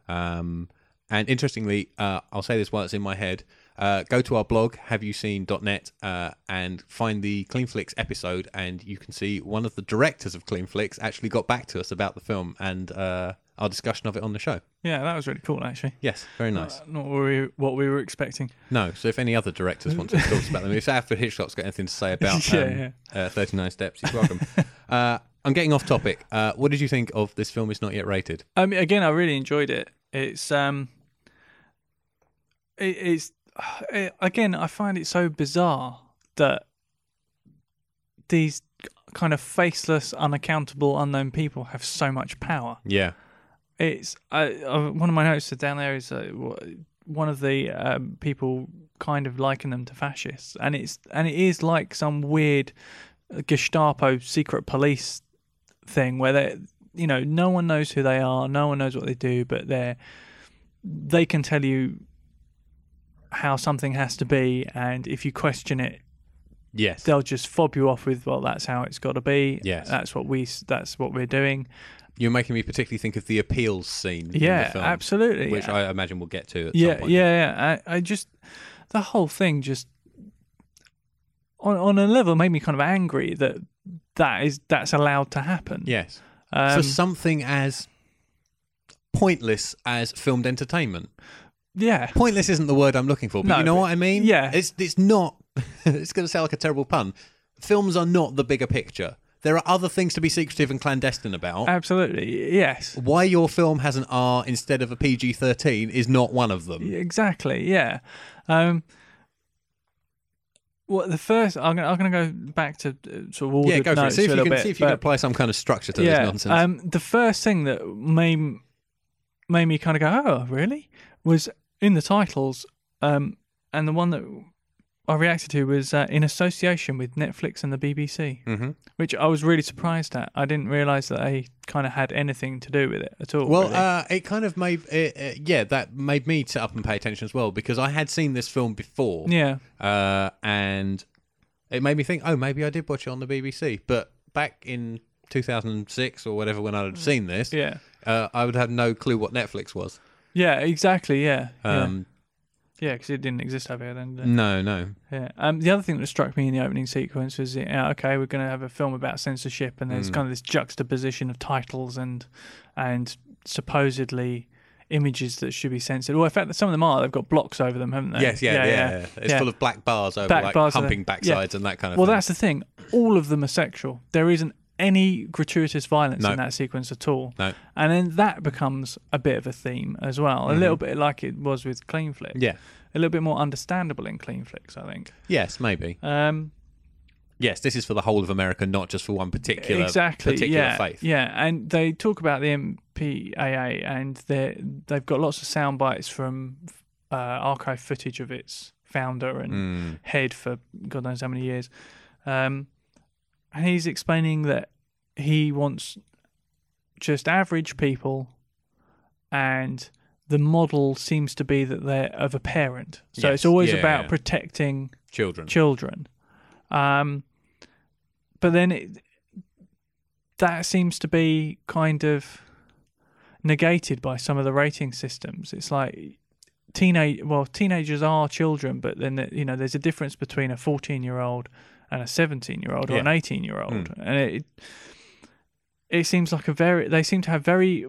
Speaker 1: Um, and interestingly, uh, I'll say this while it's in my head. Uh, go to our blog, haveyouseen.net, uh, and find the Clean Flicks episode, and you can see one of the directors of Clean Flicks actually got back to us about the film and uh, our discussion of it on the show.
Speaker 2: Yeah, that was really cool actually.
Speaker 1: Yes, very nice.
Speaker 2: Uh, not what we, what we were expecting.
Speaker 1: No, so if any other directors want to talk about them, if Alfred Hitchcock's got anything to say about
Speaker 2: Yeah,
Speaker 1: um, Uh, 39 Steps, he's welcome. uh, I'm getting off topic. Uh, what did you think of this film is not yet rated?
Speaker 2: I mean, again, I really enjoyed it. It's um, it, it's it, again, I find it so bizarre that these kind of faceless, unaccountable, unknown people have so much power.
Speaker 1: Yeah.
Speaker 2: It's I, I, one of my notes down there is uh, w- one of the um, people kind of liken them to fascists, and it's and it is like some weird Gestapo secret police thing where they, you know, no one knows who they are, no one knows what they do, but they're they can tell you how something has to be, and if you question it,
Speaker 1: Yes.
Speaker 2: they'll just fob you off with, well, that's how it's got to be.
Speaker 1: Yes.
Speaker 2: that's what we s- that's what we're doing.
Speaker 1: You're making me particularly think of the appeals scene in
Speaker 2: Yeah,
Speaker 1: the film,
Speaker 2: absolutely.
Speaker 1: which I imagine we'll get to at
Speaker 2: yeah,
Speaker 1: some point.
Speaker 2: Yeah, yeah. I, I just the whole thing just on on a level made me kind of angry that that is that's allowed to happen.
Speaker 1: Yes.
Speaker 2: Um,
Speaker 1: For something as pointless as filmed entertainment.
Speaker 2: yeah.
Speaker 1: Pointless isn't the word I'm looking for, but
Speaker 2: No,
Speaker 1: you know
Speaker 2: but-
Speaker 1: what I mean?
Speaker 2: yeah.
Speaker 1: It's it's not it's gonna sound like a terrible pun. Films are not the bigger picture. There are other things to be secretive and clandestine about.
Speaker 2: Absolutely. Yes.
Speaker 1: Why your film has an R instead of a PG thirteen is not one of them.
Speaker 2: Exactly. Yeah. Um well, the first I'm gonna, I'm gonna go back to uh, sort of all
Speaker 1: Yeah,
Speaker 2: the
Speaker 1: go for it.
Speaker 2: notes
Speaker 1: See if
Speaker 2: a
Speaker 1: you
Speaker 2: little
Speaker 1: can
Speaker 2: bit,
Speaker 1: see if you can
Speaker 2: but-
Speaker 1: apply some kind of structure to this nonsense.
Speaker 2: Um, the first thing that made made me kind of go, "Oh, really?" was in the titles, um, and the one that I reacted to was uh, in association with Netflix and the BBC,
Speaker 1: mm-hmm.
Speaker 2: which I was really surprised at. I didn't realise that they kind of had anything to do with it at all.
Speaker 1: Well,
Speaker 2: really.
Speaker 1: uh, it kind of made it, uh, yeah, that made me sit up and pay attention as well because I had seen this film before,
Speaker 2: yeah,
Speaker 1: uh, and it made me think, oh, maybe I did watch it on the BBC, but back in 2006 or whatever when I had seen this,
Speaker 2: yeah,
Speaker 1: uh, I would have no clue what Netflix was.
Speaker 2: yeah, exactly, yeah,
Speaker 1: Um,
Speaker 2: yeah, because it didn't exist over here then. did it?
Speaker 1: No, no,
Speaker 2: Yeah. Um, the other thing that struck me in the opening sequence was, yeah, okay, we're going to have a film about censorship, and
Speaker 1: Mm.
Speaker 2: there's kind of this juxtaposition of titles and and supposedly images that should be censored. Well, in fact, some of them are. They've got blocks over them, haven't they?
Speaker 1: yes, yeah, yeah, yeah. it's
Speaker 2: yeah.
Speaker 1: full of black bars over
Speaker 2: Black
Speaker 1: like
Speaker 2: bars over-
Speaker 1: humping
Speaker 2: yeah.
Speaker 1: backsides and that kind of
Speaker 2: Well,
Speaker 1: thing.
Speaker 2: that's the thing. All of them are sexual. There isn't any gratuitous violence
Speaker 1: No.
Speaker 2: in that sequence at all.
Speaker 1: No.
Speaker 2: And then that becomes a bit of a theme as well, a little bit like it was with Clean Flick.
Speaker 1: Mm-hmm. yeah,
Speaker 2: A little bit more understandable in Clean Flicks, I think.
Speaker 1: yes, maybe.
Speaker 2: Um,
Speaker 1: Yes, this is for the whole of America, not just for one particular
Speaker 2: exactly
Speaker 1: particular
Speaker 2: yeah,
Speaker 1: faith.
Speaker 2: Yeah, and they talk about the MPAA, and they they've got lots of sound bites from uh, archive footage of its founder and
Speaker 1: Mm.
Speaker 2: head for God knows how many years, um, and he's explaining that he wants just average people, and the model seems to be that they're of a parent, so
Speaker 1: Yes,
Speaker 2: it's always
Speaker 1: yeah,
Speaker 2: about
Speaker 1: yeah.
Speaker 2: protecting
Speaker 1: Children.
Speaker 2: children. Um, but then it, that seems to be kind of negated by some of the rating systems. It's like teenage well teenagers are children, but then the- you know there's a difference between a 14 year old and a 17 year old or
Speaker 1: Yeah. Hmm.
Speaker 2: an 18 year old, and it it seems like a very they seem to have very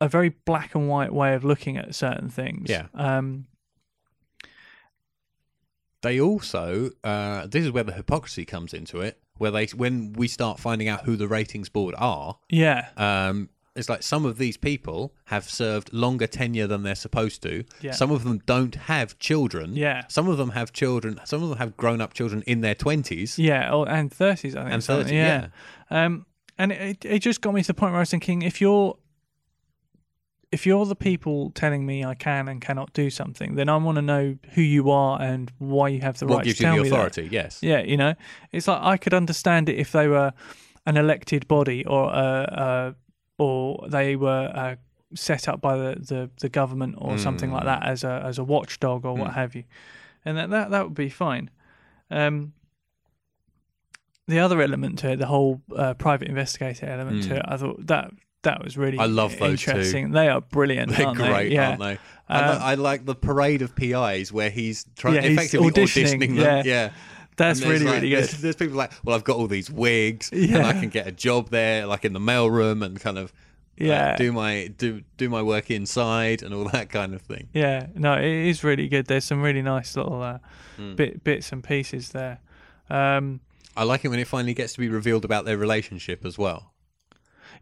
Speaker 2: a very black and white way of looking at certain things.
Speaker 1: Yeah.
Speaker 2: Um,
Speaker 1: they also uh, this is where the hypocrisy comes into it where they when we start finding out who the ratings board are
Speaker 2: yeah.
Speaker 1: um, it's like some of these people have served longer tenure than they're supposed to
Speaker 2: Yeah.
Speaker 1: some of them don't have children
Speaker 2: Yeah.
Speaker 1: some of them have children some of them have grown-up children in their 20s
Speaker 2: Yeah, or, and thirties, I think.
Speaker 1: And
Speaker 2: something,
Speaker 1: 30,
Speaker 2: Um, and it, it it just got me to the point where I was thinking, if you're if you're the people telling me I can and cannot do something, then I want to know who you are and why you have the
Speaker 1: what
Speaker 2: right
Speaker 1: gives
Speaker 2: to
Speaker 1: you
Speaker 2: tell
Speaker 1: the
Speaker 2: me that.
Speaker 1: authority yes
Speaker 2: Yeah, you know, it's like I could understand it if they were an elected body or uh, uh, or they were uh, set up by the, the, the government or something
Speaker 1: Hmm.
Speaker 2: like that as a as a watchdog or what have you, and that that, that would be fine. Um, the other element to it, the whole uh, private investigator element to it, I thought that that was really
Speaker 1: Hmm. I love those two.
Speaker 2: interesting. They are brilliant.
Speaker 1: They're
Speaker 2: aren't
Speaker 1: great,
Speaker 2: they? Yeah.
Speaker 1: aren't they? And
Speaker 2: Um,
Speaker 1: I like the parade of PIs where he's trying
Speaker 2: Yeah, he's
Speaker 1: effectively auditioning,
Speaker 2: auditioning,
Speaker 1: them. Yeah,
Speaker 2: yeah.
Speaker 1: And
Speaker 2: That's
Speaker 1: there's
Speaker 2: really
Speaker 1: like-
Speaker 2: really
Speaker 1: There's,
Speaker 2: good.
Speaker 1: there's people like, well, I've got all these wigs, and
Speaker 2: Yeah.
Speaker 1: I can get a job there, like in the mailroom, and kind of like,
Speaker 2: Yeah.
Speaker 1: do my do do my work inside and all that kind of thing.
Speaker 2: Yeah, no, it is really good. There's some really nice little uh,
Speaker 1: Hmm.
Speaker 2: bit bits and pieces there. Um,
Speaker 1: I like it when it finally gets to be revealed about their relationship as well.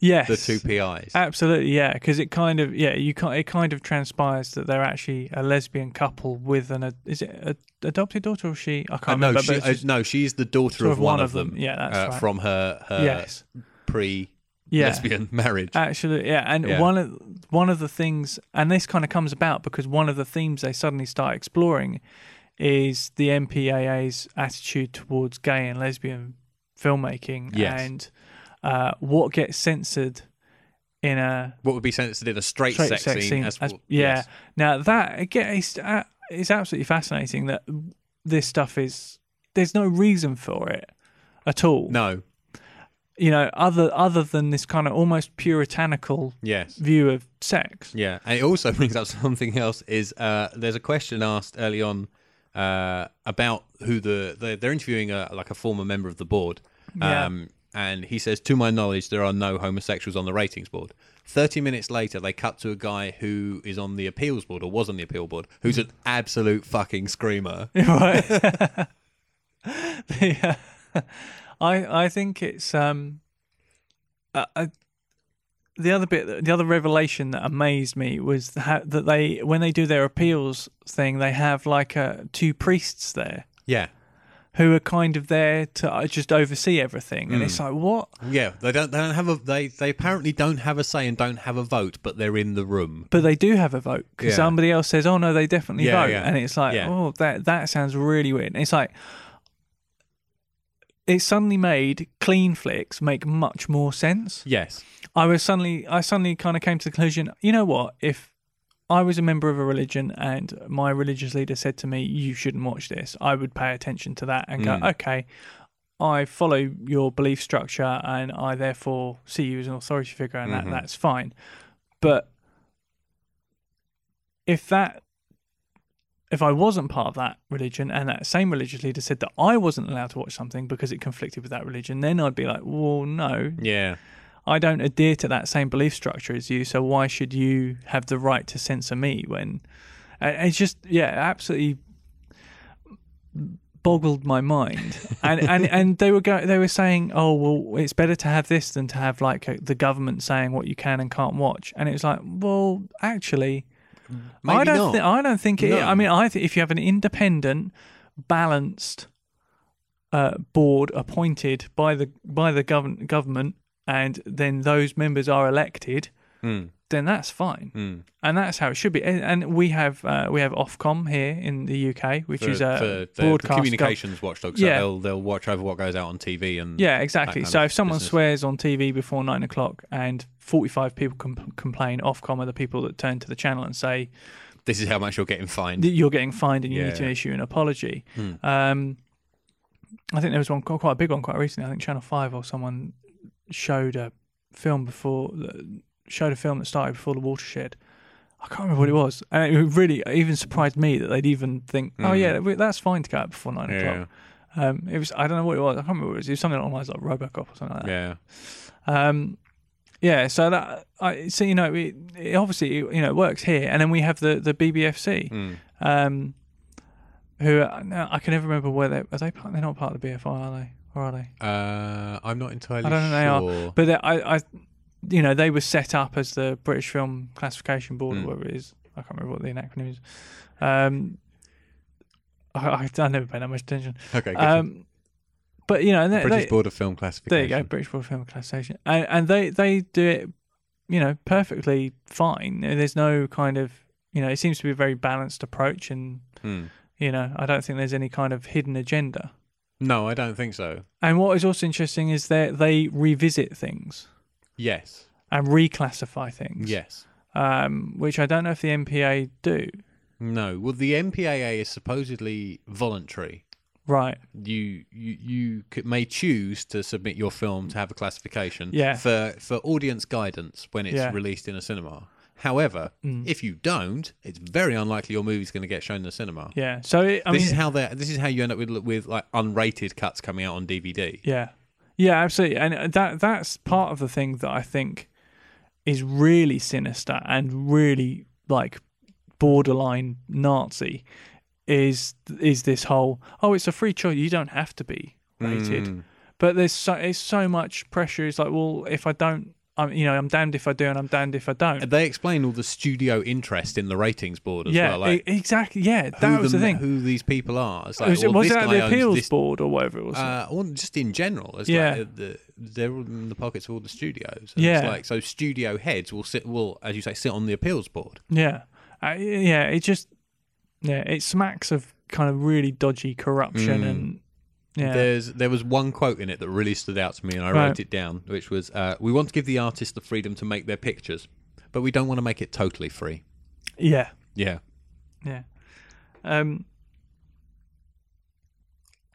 Speaker 2: yes, Uh,
Speaker 1: The two PIs.
Speaker 2: absolutely, yeah, because it kind of yeah you can it kind of transpires that they're actually a lesbian couple with an ad- is it a adopted daughter or she I
Speaker 1: Uh,
Speaker 2: can't
Speaker 1: no,
Speaker 2: remember.
Speaker 1: she,
Speaker 2: but it's
Speaker 1: uh,
Speaker 2: just-
Speaker 1: no, she's the daughter
Speaker 2: sort
Speaker 1: of one, of them.
Speaker 2: Yeah, that's
Speaker 1: uh,
Speaker 2: right.
Speaker 1: From her, her
Speaker 2: yes,
Speaker 1: pre
Speaker 2: yeah, Uh,
Speaker 1: lesbian marriage.
Speaker 2: Absolutely, yeah. And
Speaker 1: Yeah.
Speaker 2: one of one of the things, and this kind of comes about because one of the themes they suddenly start exploring is the MPAA's attitude towards gay and lesbian filmmaking,
Speaker 1: Yes.
Speaker 2: and uh, what gets censored in a
Speaker 1: what would be censored in a straight,
Speaker 2: straight
Speaker 1: sex, scene? as-
Speaker 2: as- yeah.
Speaker 1: yes.
Speaker 2: Now that again, it's, uh, it's absolutely fascinating that this stuff is there's no reason for it at all.
Speaker 1: No.
Speaker 2: You know, other other than this kind of almost puritanical
Speaker 1: Yes.
Speaker 2: view of sex.
Speaker 1: Yeah, and it also brings up something else. Is uh, there's a question asked early on uh, about who the they're, they're interviewing a, like a former member of the board,
Speaker 2: Yeah.
Speaker 1: um, and he says, "To my knowledge, there are no homosexuals on the ratings board." Thirty minutes later, they cut to a guy who is on the appeals board or was on the appeal board, who's an absolute fucking screamer.
Speaker 2: right? The, uh, I I think it's um, uh, I, the other bit, the other revelation that amazed me was how, that they when they do their appeals thing, they have like uh, two priests there
Speaker 1: yeah,
Speaker 2: who are kind of there to uh, just oversee everything, and it's like what?
Speaker 1: yeah. They don't. They don't have a. They they apparently don't have a say and don't have a vote, but they're in the room.
Speaker 2: But they do have a vote because
Speaker 1: Yeah.
Speaker 2: somebody else says, "Oh no, they definitely
Speaker 1: Yeah,
Speaker 2: vote,"
Speaker 1: yeah.
Speaker 2: and it's like,
Speaker 1: Yeah.
Speaker 2: "Oh, that that sounds really weird." And it's like it suddenly made clean flicks make much more sense.
Speaker 1: Yes.
Speaker 2: I was suddenly, I suddenly kind of came to the conclusion, you know what? If I was a member of a religion and my religious leader said to me, "You shouldn't watch this," I would pay attention to that and go, "Okay." I follow your belief structure and I therefore see you as an authority figure and that, that's fine. But if that if I wasn't part of that religion and that same religious leader said that I wasn't allowed to watch something because it conflicted with that religion, then I'd be like, Well, no,
Speaker 1: Yeah.
Speaker 2: I don't adhere to that same belief structure as you, so why should you have the right to censor me when and it's just yeah, absolutely boggled my mind. and and and they were go, they were saying, "Oh, well, it's better to have this than to have like a, the government saying what you can and can't watch." And it was like, "Well, actually,
Speaker 1: Maybe
Speaker 2: I don't
Speaker 1: not.
Speaker 2: thi- I don't think it
Speaker 1: No.
Speaker 2: I mean, I think if you have an independent, balanced uh, board appointed by the by the govern- government, and then those members are elected,
Speaker 1: Hmm.
Speaker 2: then that's fine, and that's how it should be. And, and we have uh, we have Ofcom here in the UK, which
Speaker 1: for,
Speaker 2: is a
Speaker 1: for the- the
Speaker 2: broadcast gov-
Speaker 1: communications watchdog. So
Speaker 2: Yeah.
Speaker 1: they'll they'll watch over what goes out on TV and
Speaker 2: yeah, exactly.
Speaker 1: kind
Speaker 2: So
Speaker 1: of
Speaker 2: if someone
Speaker 1: Uh, business.
Speaker 2: swears on TV before nine o'clock and forty-five people com- complain, Ofcom are the people that turn to the channel and say,
Speaker 1: this is how much you're getting fined.
Speaker 2: that you're getting fined and you need to
Speaker 1: Yeah. Hmm.
Speaker 2: issue an apology. Um, I think there was one qu- quite a big one quite recently. I think Channel Five or someone showed a film before showed a film that started before the watershed. I can't remember what it
Speaker 1: Hmm.
Speaker 2: was, and it really even surprised me that they'd even think, "Oh yeah, we- that's fine to go out before nine
Speaker 1: Hmm. Yeah,
Speaker 2: o'clock." Um, it was I don't know what it was. I can't remember what it was. It was something along the lines like RoboCop or something like that.
Speaker 1: yeah,
Speaker 2: Um, yeah, so that I so you know it, it obviously you know it works here, and then we have the the BBFC,
Speaker 1: Hmm.
Speaker 2: um, who are- no, I can never remember where they are they part, they're not part of the BFI are they or are they?
Speaker 1: Uh, I'm not entirely
Speaker 2: I don't know
Speaker 1: sure.
Speaker 2: they are, but they're- I I you know they were set up as the British Film Classification Board
Speaker 1: Hmm.
Speaker 2: or whatever it is. I can't remember what the acronym is. Um, I, I, I never paid that much attention.
Speaker 1: okay, good.
Speaker 2: Um, but you know, and they,
Speaker 1: British
Speaker 2: they,
Speaker 1: Board of Film
Speaker 2: there
Speaker 1: Classification.
Speaker 2: you go, British Broad Film Classification, and, and they they do it, you know, perfectly fine. There's no kind of, you know, it seems to be a very balanced approach, and
Speaker 1: Hmm.
Speaker 2: you know, I don't think there's any kind of hidden agenda.
Speaker 1: No, I don't think so.
Speaker 2: And what is also interesting is that they revisit things
Speaker 1: Yes,
Speaker 2: and reclassify things,
Speaker 1: yes.
Speaker 2: um, which I don't know if the MPA do.
Speaker 1: No. Well, the MPAA is supposedly voluntary.
Speaker 2: Right,
Speaker 1: You you you c- may choose to submit your film to have a classification
Speaker 2: Yeah.
Speaker 1: for for audience guidance when it's
Speaker 2: Yeah. Mm.
Speaker 1: released in a cinema. However, if you don't, it's very unlikely your movie's going to get shown in the cinema.
Speaker 2: yeah. So it, I
Speaker 1: this
Speaker 2: mean,
Speaker 1: is how they. This is how you end up with with like unrated cuts coming out on DVD.
Speaker 2: uh, Yeah, yeah, absolutely, and that that's part of the thing that I think is really sinister and really like borderline Nazi is is this whole oh it's a free choice you don't have to be rated
Speaker 1: Mm.
Speaker 2: but there's so it's so much pressure it's like well if I don't I'm you know I'm damned if I do and I'm damned if I don't
Speaker 1: They explain all the studio interest in the ratings board as
Speaker 2: yeah
Speaker 1: well. Like,
Speaker 2: e- exactly yeah
Speaker 1: who
Speaker 2: that was the, thing
Speaker 1: Who these people are. It's like,
Speaker 2: was it,
Speaker 1: well,
Speaker 2: was
Speaker 1: this
Speaker 2: it at
Speaker 1: guy
Speaker 2: the
Speaker 1: owns
Speaker 2: appeals
Speaker 1: this-
Speaker 2: board or whatever it was
Speaker 1: Uh, well, just in general, it's
Speaker 2: Yeah.
Speaker 1: like the, they're all in the pockets of all the studios. And
Speaker 2: Yeah.
Speaker 1: it's like so studio heads will sit, will as you say, sit on the appeals board.
Speaker 2: Yeah, I, yeah. It just yeah, it smacks of kind of really dodgy corruption
Speaker 1: Mm.
Speaker 2: and yeah,
Speaker 1: There's there was one quote in it that really stood out to me, and I
Speaker 2: Right.
Speaker 1: wrote it down, which was, uh, "We want to give the artists the freedom to make their pictures, but we don't want to make it totally free."
Speaker 2: yeah,
Speaker 1: Yeah,
Speaker 2: yeah. Um,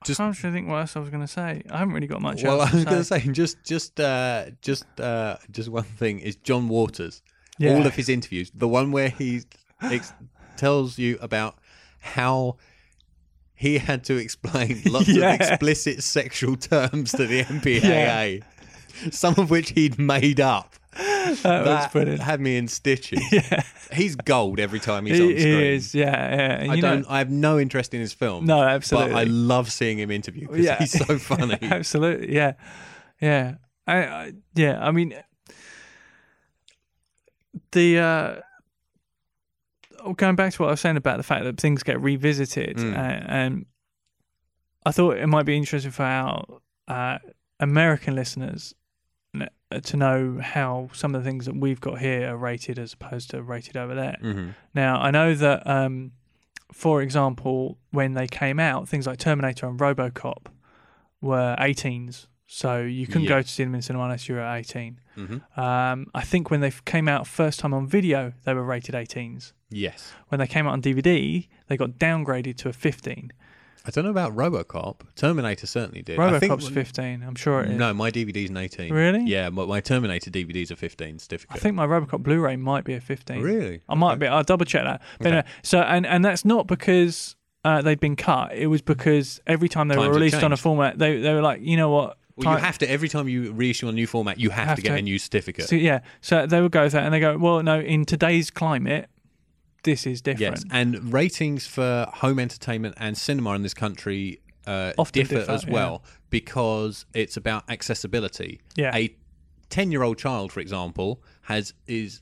Speaker 1: Just-
Speaker 2: I can't really think what else I was going to say. I haven't really got much
Speaker 1: Well,
Speaker 2: else
Speaker 1: I was
Speaker 2: to
Speaker 1: going to
Speaker 2: say.
Speaker 1: say just just uh, just uh, just one thing is John Waters.
Speaker 2: Yeah.
Speaker 1: All of his interviews, the one where he ex- tells you about how he had to explain lots
Speaker 2: Yeah.
Speaker 1: of explicit sexual terms to the MPAA, some of which he'd made up.
Speaker 2: That, was
Speaker 1: That
Speaker 2: brilliant.
Speaker 1: had me in stitches. He's gold every time he's on
Speaker 2: He
Speaker 1: screen.
Speaker 2: is, yeah, yeah. And
Speaker 1: I
Speaker 2: you know-
Speaker 1: don't. I have no interest in his film.
Speaker 2: No, absolutely.
Speaker 1: But I love seeing him interview because
Speaker 2: Yeah.
Speaker 1: he's so funny.
Speaker 2: absolutely, yeah, yeah. I, I yeah. I mean, the uh, oh, going back to what I was saying about the fact that things get revisited, uh, and I thought it might be interesting for our uh, American listeners n- uh, to know how some of the things that we've got here are rated as opposed to rated over there. Now, I know that, um, for example, when they came out, things like Terminator and Robocop were 18s, so you couldn't
Speaker 1: Yeah. Mm-hmm.
Speaker 2: go to see them in cinema unless you were 18. Um, I think when they f- came out first time on video, they were rated 18s.
Speaker 1: Yes.
Speaker 2: When they came out on DVD, they got downgraded to a 15.
Speaker 1: I don't know about RoboCop. Terminator certainly did. I think-
Speaker 2: Robocop's 15, I'm sure it is.
Speaker 1: No, my DVD's an 18.
Speaker 2: Really?
Speaker 1: Yeah, my, my Terminator DVD's a 15 certificate.
Speaker 2: I think my Robocop Blu-ray might be a 15.
Speaker 1: Really?
Speaker 2: I might be. I'll double check that. But anyway, so and and that's not because uh, they'd been cut. It was because every time they
Speaker 1: Times
Speaker 2: were
Speaker 1: have
Speaker 2: released on a
Speaker 1: changed.
Speaker 2: format, they they were like, you know what?
Speaker 1: well, you
Speaker 2: Time-
Speaker 1: have to every time you reissue a new format, you have,
Speaker 2: Have
Speaker 1: to get
Speaker 2: to.
Speaker 1: a new certificate.
Speaker 2: so, yeah. So they would go with that, and they go, well, no, in today's climate, this is different.
Speaker 1: yes, and ratings for home entertainment and cinema in this country uh,
Speaker 2: Often
Speaker 1: differ,
Speaker 2: differ,
Speaker 1: as
Speaker 2: yeah.
Speaker 1: well because it's about accessibility.
Speaker 2: Yeah.
Speaker 1: A 10-year-old child, for example, has is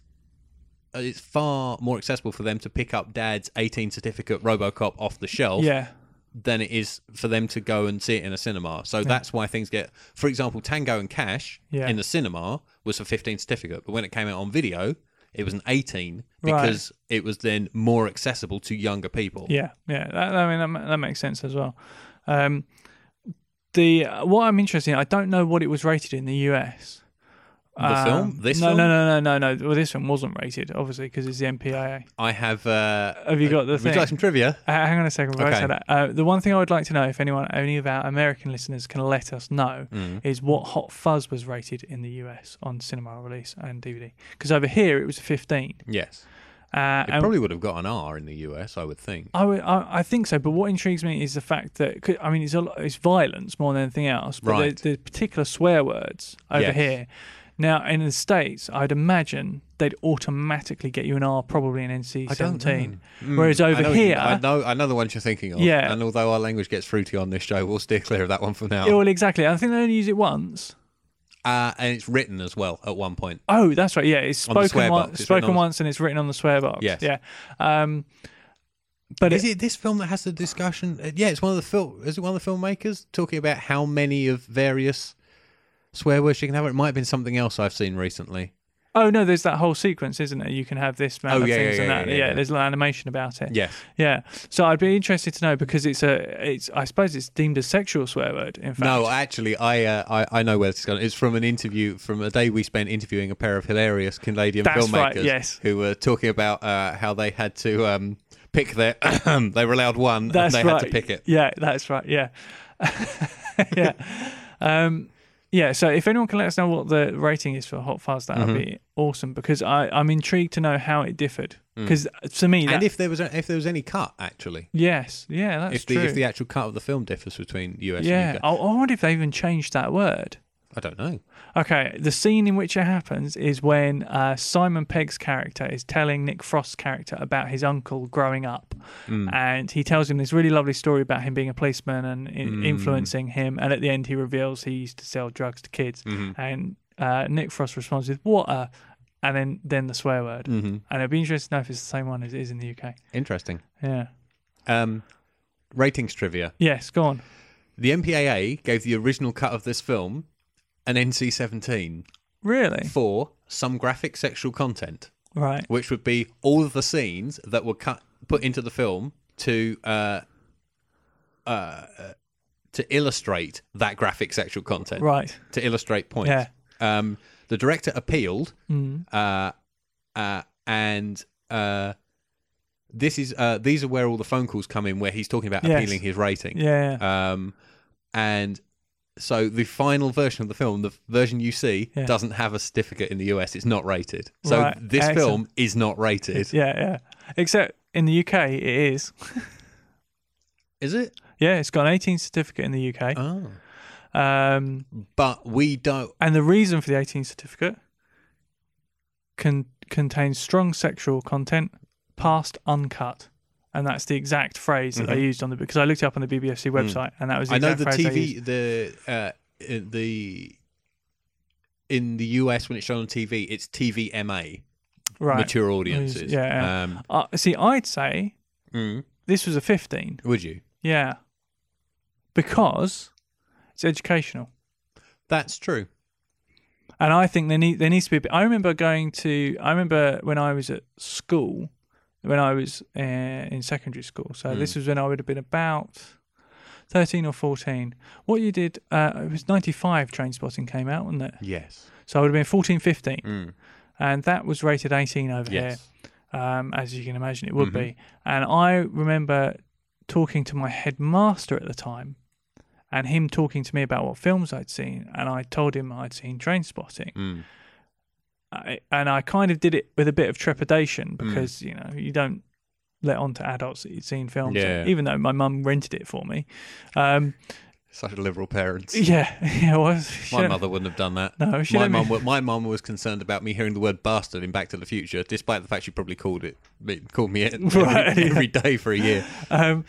Speaker 1: uh, it's far more accessible for them to pick up dad's 18 certificate RoboCop off the shelf
Speaker 2: Yeah.
Speaker 1: than it is for them to go and see it in a cinema. So that's why things get, for example, Tango and Cash
Speaker 2: Yeah.
Speaker 1: in the cinema was a 15 certificate, but when it came out on video, it was an 18
Speaker 2: Right.
Speaker 1: because it was then more accessible to younger people.
Speaker 2: Yeah, yeah. That, I mean, that, ma- that makes sense as well. Um, the what I'm interested in, I don't know what it was rated in the US.
Speaker 1: The film? This
Speaker 2: Um, no,
Speaker 1: film?
Speaker 2: No, no, no, no, no. Well, this one wasn't rated, obviously, because it's the MPAA.
Speaker 1: I have. Uh,
Speaker 2: Have you got the
Speaker 1: would
Speaker 2: thing?
Speaker 1: you like some trivia?
Speaker 2: Uh, hang on a second before I
Speaker 1: Okay.
Speaker 2: say that. Uh, the one thing I would like to know, if anyone, any of our American listeners can let us know,
Speaker 1: Mm.
Speaker 2: is what Hot Fuzz was rated in the US on cinema release and DVD. Because over here it was 15.
Speaker 1: Yes.
Speaker 2: Uh,
Speaker 1: It
Speaker 2: and
Speaker 1: probably would have got an R in the US, I would think.
Speaker 2: I, would, I, I think so, but what intrigues me is the fact that, 'cause- I mean, it's, a, lot- it's violence more than anything else, but
Speaker 1: Right.
Speaker 2: there's, there's particular swear words over
Speaker 1: Yes.
Speaker 2: here. Now, in the States, I'd imagine they'd automatically get you an R, probably an NC 17. Whereas
Speaker 1: I
Speaker 2: over
Speaker 1: know,
Speaker 2: here.
Speaker 1: I know, I know the ones you're thinking of.
Speaker 2: Yeah.
Speaker 1: And although our language gets fruity on this show, we'll steer clear of that one for now.
Speaker 2: Yeah, well, exactly. I think they only use it once.
Speaker 1: Uh, and it's written as well at one point.
Speaker 2: Oh, that's right. Yeah, it's
Speaker 1: On the
Speaker 2: spoken
Speaker 1: swear
Speaker 2: once,
Speaker 1: box. It's written
Speaker 2: spoken
Speaker 1: on the-
Speaker 2: once, and it's written on the swear box.
Speaker 1: Yes.
Speaker 2: Yeah. Um, but
Speaker 1: Is
Speaker 2: it,
Speaker 1: it this film that has the discussion? uh, Yeah, it's one of the film. Is it one of the filmmakers talking about how many of various swear words you can have? It might have been something else I've seen recently.
Speaker 2: oh no, there's that whole sequence, isn't there? You can have this amount
Speaker 1: Oh,
Speaker 2: of
Speaker 1: yeah,
Speaker 2: things
Speaker 1: yeah,
Speaker 2: and
Speaker 1: yeah,
Speaker 2: that.
Speaker 1: yeah, yeah.
Speaker 2: there's a little animation about it.
Speaker 1: Yes,
Speaker 2: Yeah. So I'd be interested to know because it's a, it's I suppose it's deemed a sexual swear word. In fact.
Speaker 1: no, actually, I, uh, I I know where this is going. It's from an interview from a day we spent interviewing a pair of hilarious Canadian
Speaker 2: That's
Speaker 1: filmmakers
Speaker 2: right, yes.
Speaker 1: who were talking about uh, how they had to um, pick their. they were allowed one,
Speaker 2: that's
Speaker 1: and they
Speaker 2: right.
Speaker 1: had to pick it.
Speaker 2: Yeah, that's right. Yeah. yeah. Um, yeah. So if anyone can let us know what the rating is for Hot Fuzz, that would
Speaker 1: Mm-hmm.
Speaker 2: be awesome because I, I'm intrigued to know how it differed. Because to me, that,
Speaker 1: Mm. And if there was a, if there was any cut, actually,
Speaker 2: yes, yeah, that's
Speaker 1: if the
Speaker 2: true.
Speaker 1: if the actual cut of the film differs between US
Speaker 2: yeah,
Speaker 1: and UK,
Speaker 2: I, I wonder if they even changed that word.
Speaker 1: I don't know.
Speaker 2: Okay, the scene in which it happens is when uh, Simon Pegg's character is telling Nick Frost's character about his uncle growing up,
Speaker 1: Hmm.
Speaker 2: and he tells him this really lovely story about him being a policeman and in-
Speaker 1: Hmm.
Speaker 2: influencing him. And at the end, he reveals he used to sell drugs to kids,
Speaker 1: Mm-hmm.
Speaker 2: and uh, Nick Frost responds with "What a," and then then the swear word.
Speaker 1: Mm-hmm.
Speaker 2: And it'd be interesting to know if it's the same one as it is in the UK.
Speaker 1: Interesting.
Speaker 2: Yeah.
Speaker 1: Um, ratings trivia.
Speaker 2: Yes. Go on.
Speaker 1: The MPAA gave the original cut of this film an NC 17
Speaker 2: Really?
Speaker 1: for some graphic sexual content,
Speaker 2: Right.
Speaker 1: which would be all of the scenes that were cut put into the film to uh, uh, to illustrate that graphic sexual content.
Speaker 2: Right.
Speaker 1: to illustrate points.
Speaker 2: Yeah. Mm.
Speaker 1: Um, the director appealed, uh, uh, and uh, this is uh, these are where all the phone calls come in, where he's talking about
Speaker 2: Yes.
Speaker 1: appealing his rating.
Speaker 2: Yeah.
Speaker 1: Um, and so the final version of the film, the version you see,
Speaker 2: Yeah.
Speaker 1: doesn't have a certificate in the US. It's not rated. So
Speaker 2: Right.
Speaker 1: this
Speaker 2: Excellent.
Speaker 1: film is not rated.
Speaker 2: Yeah. Yeah. Except in the UK, it is.
Speaker 1: Is it?
Speaker 2: Yeah, it's got an 18 certificate in the UK.
Speaker 1: Oh.
Speaker 2: Um,
Speaker 1: But we don't.
Speaker 2: and the reason for the 18 certificate can contains strong sexual content past uncut. And that's the exact phrase that they used on the because I looked it up on the BBFC website and that was the
Speaker 1: Mm-hmm. Mm. I know
Speaker 2: exact
Speaker 1: the
Speaker 2: phrase they
Speaker 1: TV,
Speaker 2: used.
Speaker 1: the uh, in the in the US when it's shown on TV, it's TVMA,
Speaker 2: right.
Speaker 1: mature audiences.
Speaker 2: Yeah.
Speaker 1: Um,
Speaker 2: Uh, see, I'd say
Speaker 1: mm,
Speaker 2: this was a 15.
Speaker 1: would you?
Speaker 2: Yeah. Because it's educational.
Speaker 1: That's true.
Speaker 2: And I think there need there needs to be. a bit- I remember going to. I remember when I was at school, when I was uh, in secondary school. So this was when I would have been about thirteen or fourteen. What you did? Uh, it was ninety five. Train spotting came out, wasn't it?
Speaker 1: Yes.
Speaker 2: So I would have been 14, 15.
Speaker 1: Mm.
Speaker 2: and that was rated eighteen over
Speaker 1: Yes. Mm-hmm.
Speaker 2: here, um, as you can imagine, it would be. And I remember talking to my headmaster at the time. And him talking to me about what films I'd seen, and I told him I'd seen Train Spotting,
Speaker 1: Mm.
Speaker 2: I, and I kind of did it with a bit of trepidation
Speaker 1: Hmm.
Speaker 2: because you know you don't let on to adults that you'd seen films,
Speaker 1: Yeah.
Speaker 2: even though my mum rented it for me. Um,
Speaker 1: Such liberal parents.
Speaker 2: yeah, yeah, well,
Speaker 1: My
Speaker 2: should-
Speaker 1: mother wouldn't have done that.
Speaker 2: No, she
Speaker 1: my
Speaker 2: don't
Speaker 1: mum. wa-
Speaker 2: mean-
Speaker 1: My mum was concerned about me hearing the word "bastard" in Back to the Future, despite the fact she probably called it, called me it every-
Speaker 2: Right, yeah.
Speaker 1: every day for a year.
Speaker 2: Um,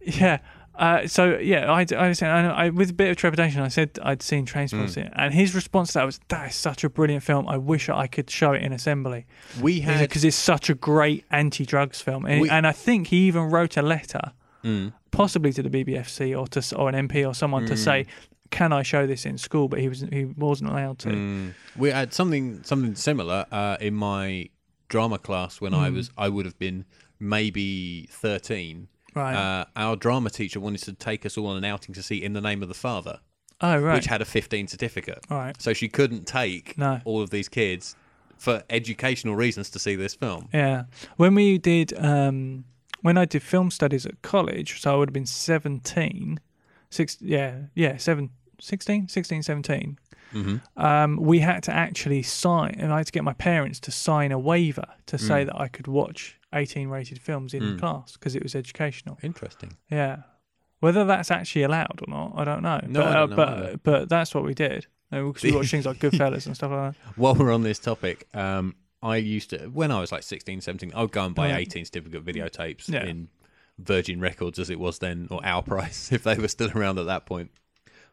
Speaker 2: yeah. Uh, so yeah, I, I said I, I with a bit of trepidation, I said I'd seen
Speaker 1: Hmm.
Speaker 2: Trainspotting, and his response to that was, "That is such a brilliant film. I wish I could show it in assembly."
Speaker 1: We had
Speaker 2: because it's such a great anti-drugs film, and,
Speaker 1: We- Hmm.
Speaker 2: and I think he even wrote a letter, possibly to the BBFC or to s- or an MP or someone to
Speaker 1: Hmm.
Speaker 2: say, "Can I show this in school?" But he was he wasn't allowed to.
Speaker 1: Hmm. We had something something similar uh, in my drama class when
Speaker 2: Mm.
Speaker 1: I was I would have been maybe thirteen.
Speaker 2: Right.
Speaker 1: Uh, our drama teacher wanted to take us all on an outing to see In the Name of the Father,
Speaker 2: oh right,
Speaker 1: which had a fifteen certificate.
Speaker 2: right,
Speaker 1: So she couldn't take
Speaker 2: No.
Speaker 1: all of these kids for educational reasons to see this film.
Speaker 2: yeah. When we did um, when I did film studies at college, so I would have been 17, six, yeah, yeah, seven, 16, 16, 17.
Speaker 1: Mm-hmm.
Speaker 2: Um, we had to actually sign, and I had to get my parents to sign a waiver to
Speaker 1: Mm.
Speaker 2: say that I could watch 18 rated films in class because it was educational.
Speaker 1: Interesting.
Speaker 2: Yeah. Whether that's actually allowed or not, I don't know.
Speaker 1: No,
Speaker 2: but, uh,
Speaker 1: I don't know
Speaker 2: but,
Speaker 1: either.
Speaker 2: but that's what we did. Because we watched things like Goodfellas and stuff like that.
Speaker 1: While we're on this topic, um, I used to when I was like 16, 17, I'd go and buy
Speaker 2: Right.
Speaker 1: eighteen certificate videotapes
Speaker 2: Yeah.
Speaker 1: in Virgin Records as it was then, or Our Price if they were still around at that point.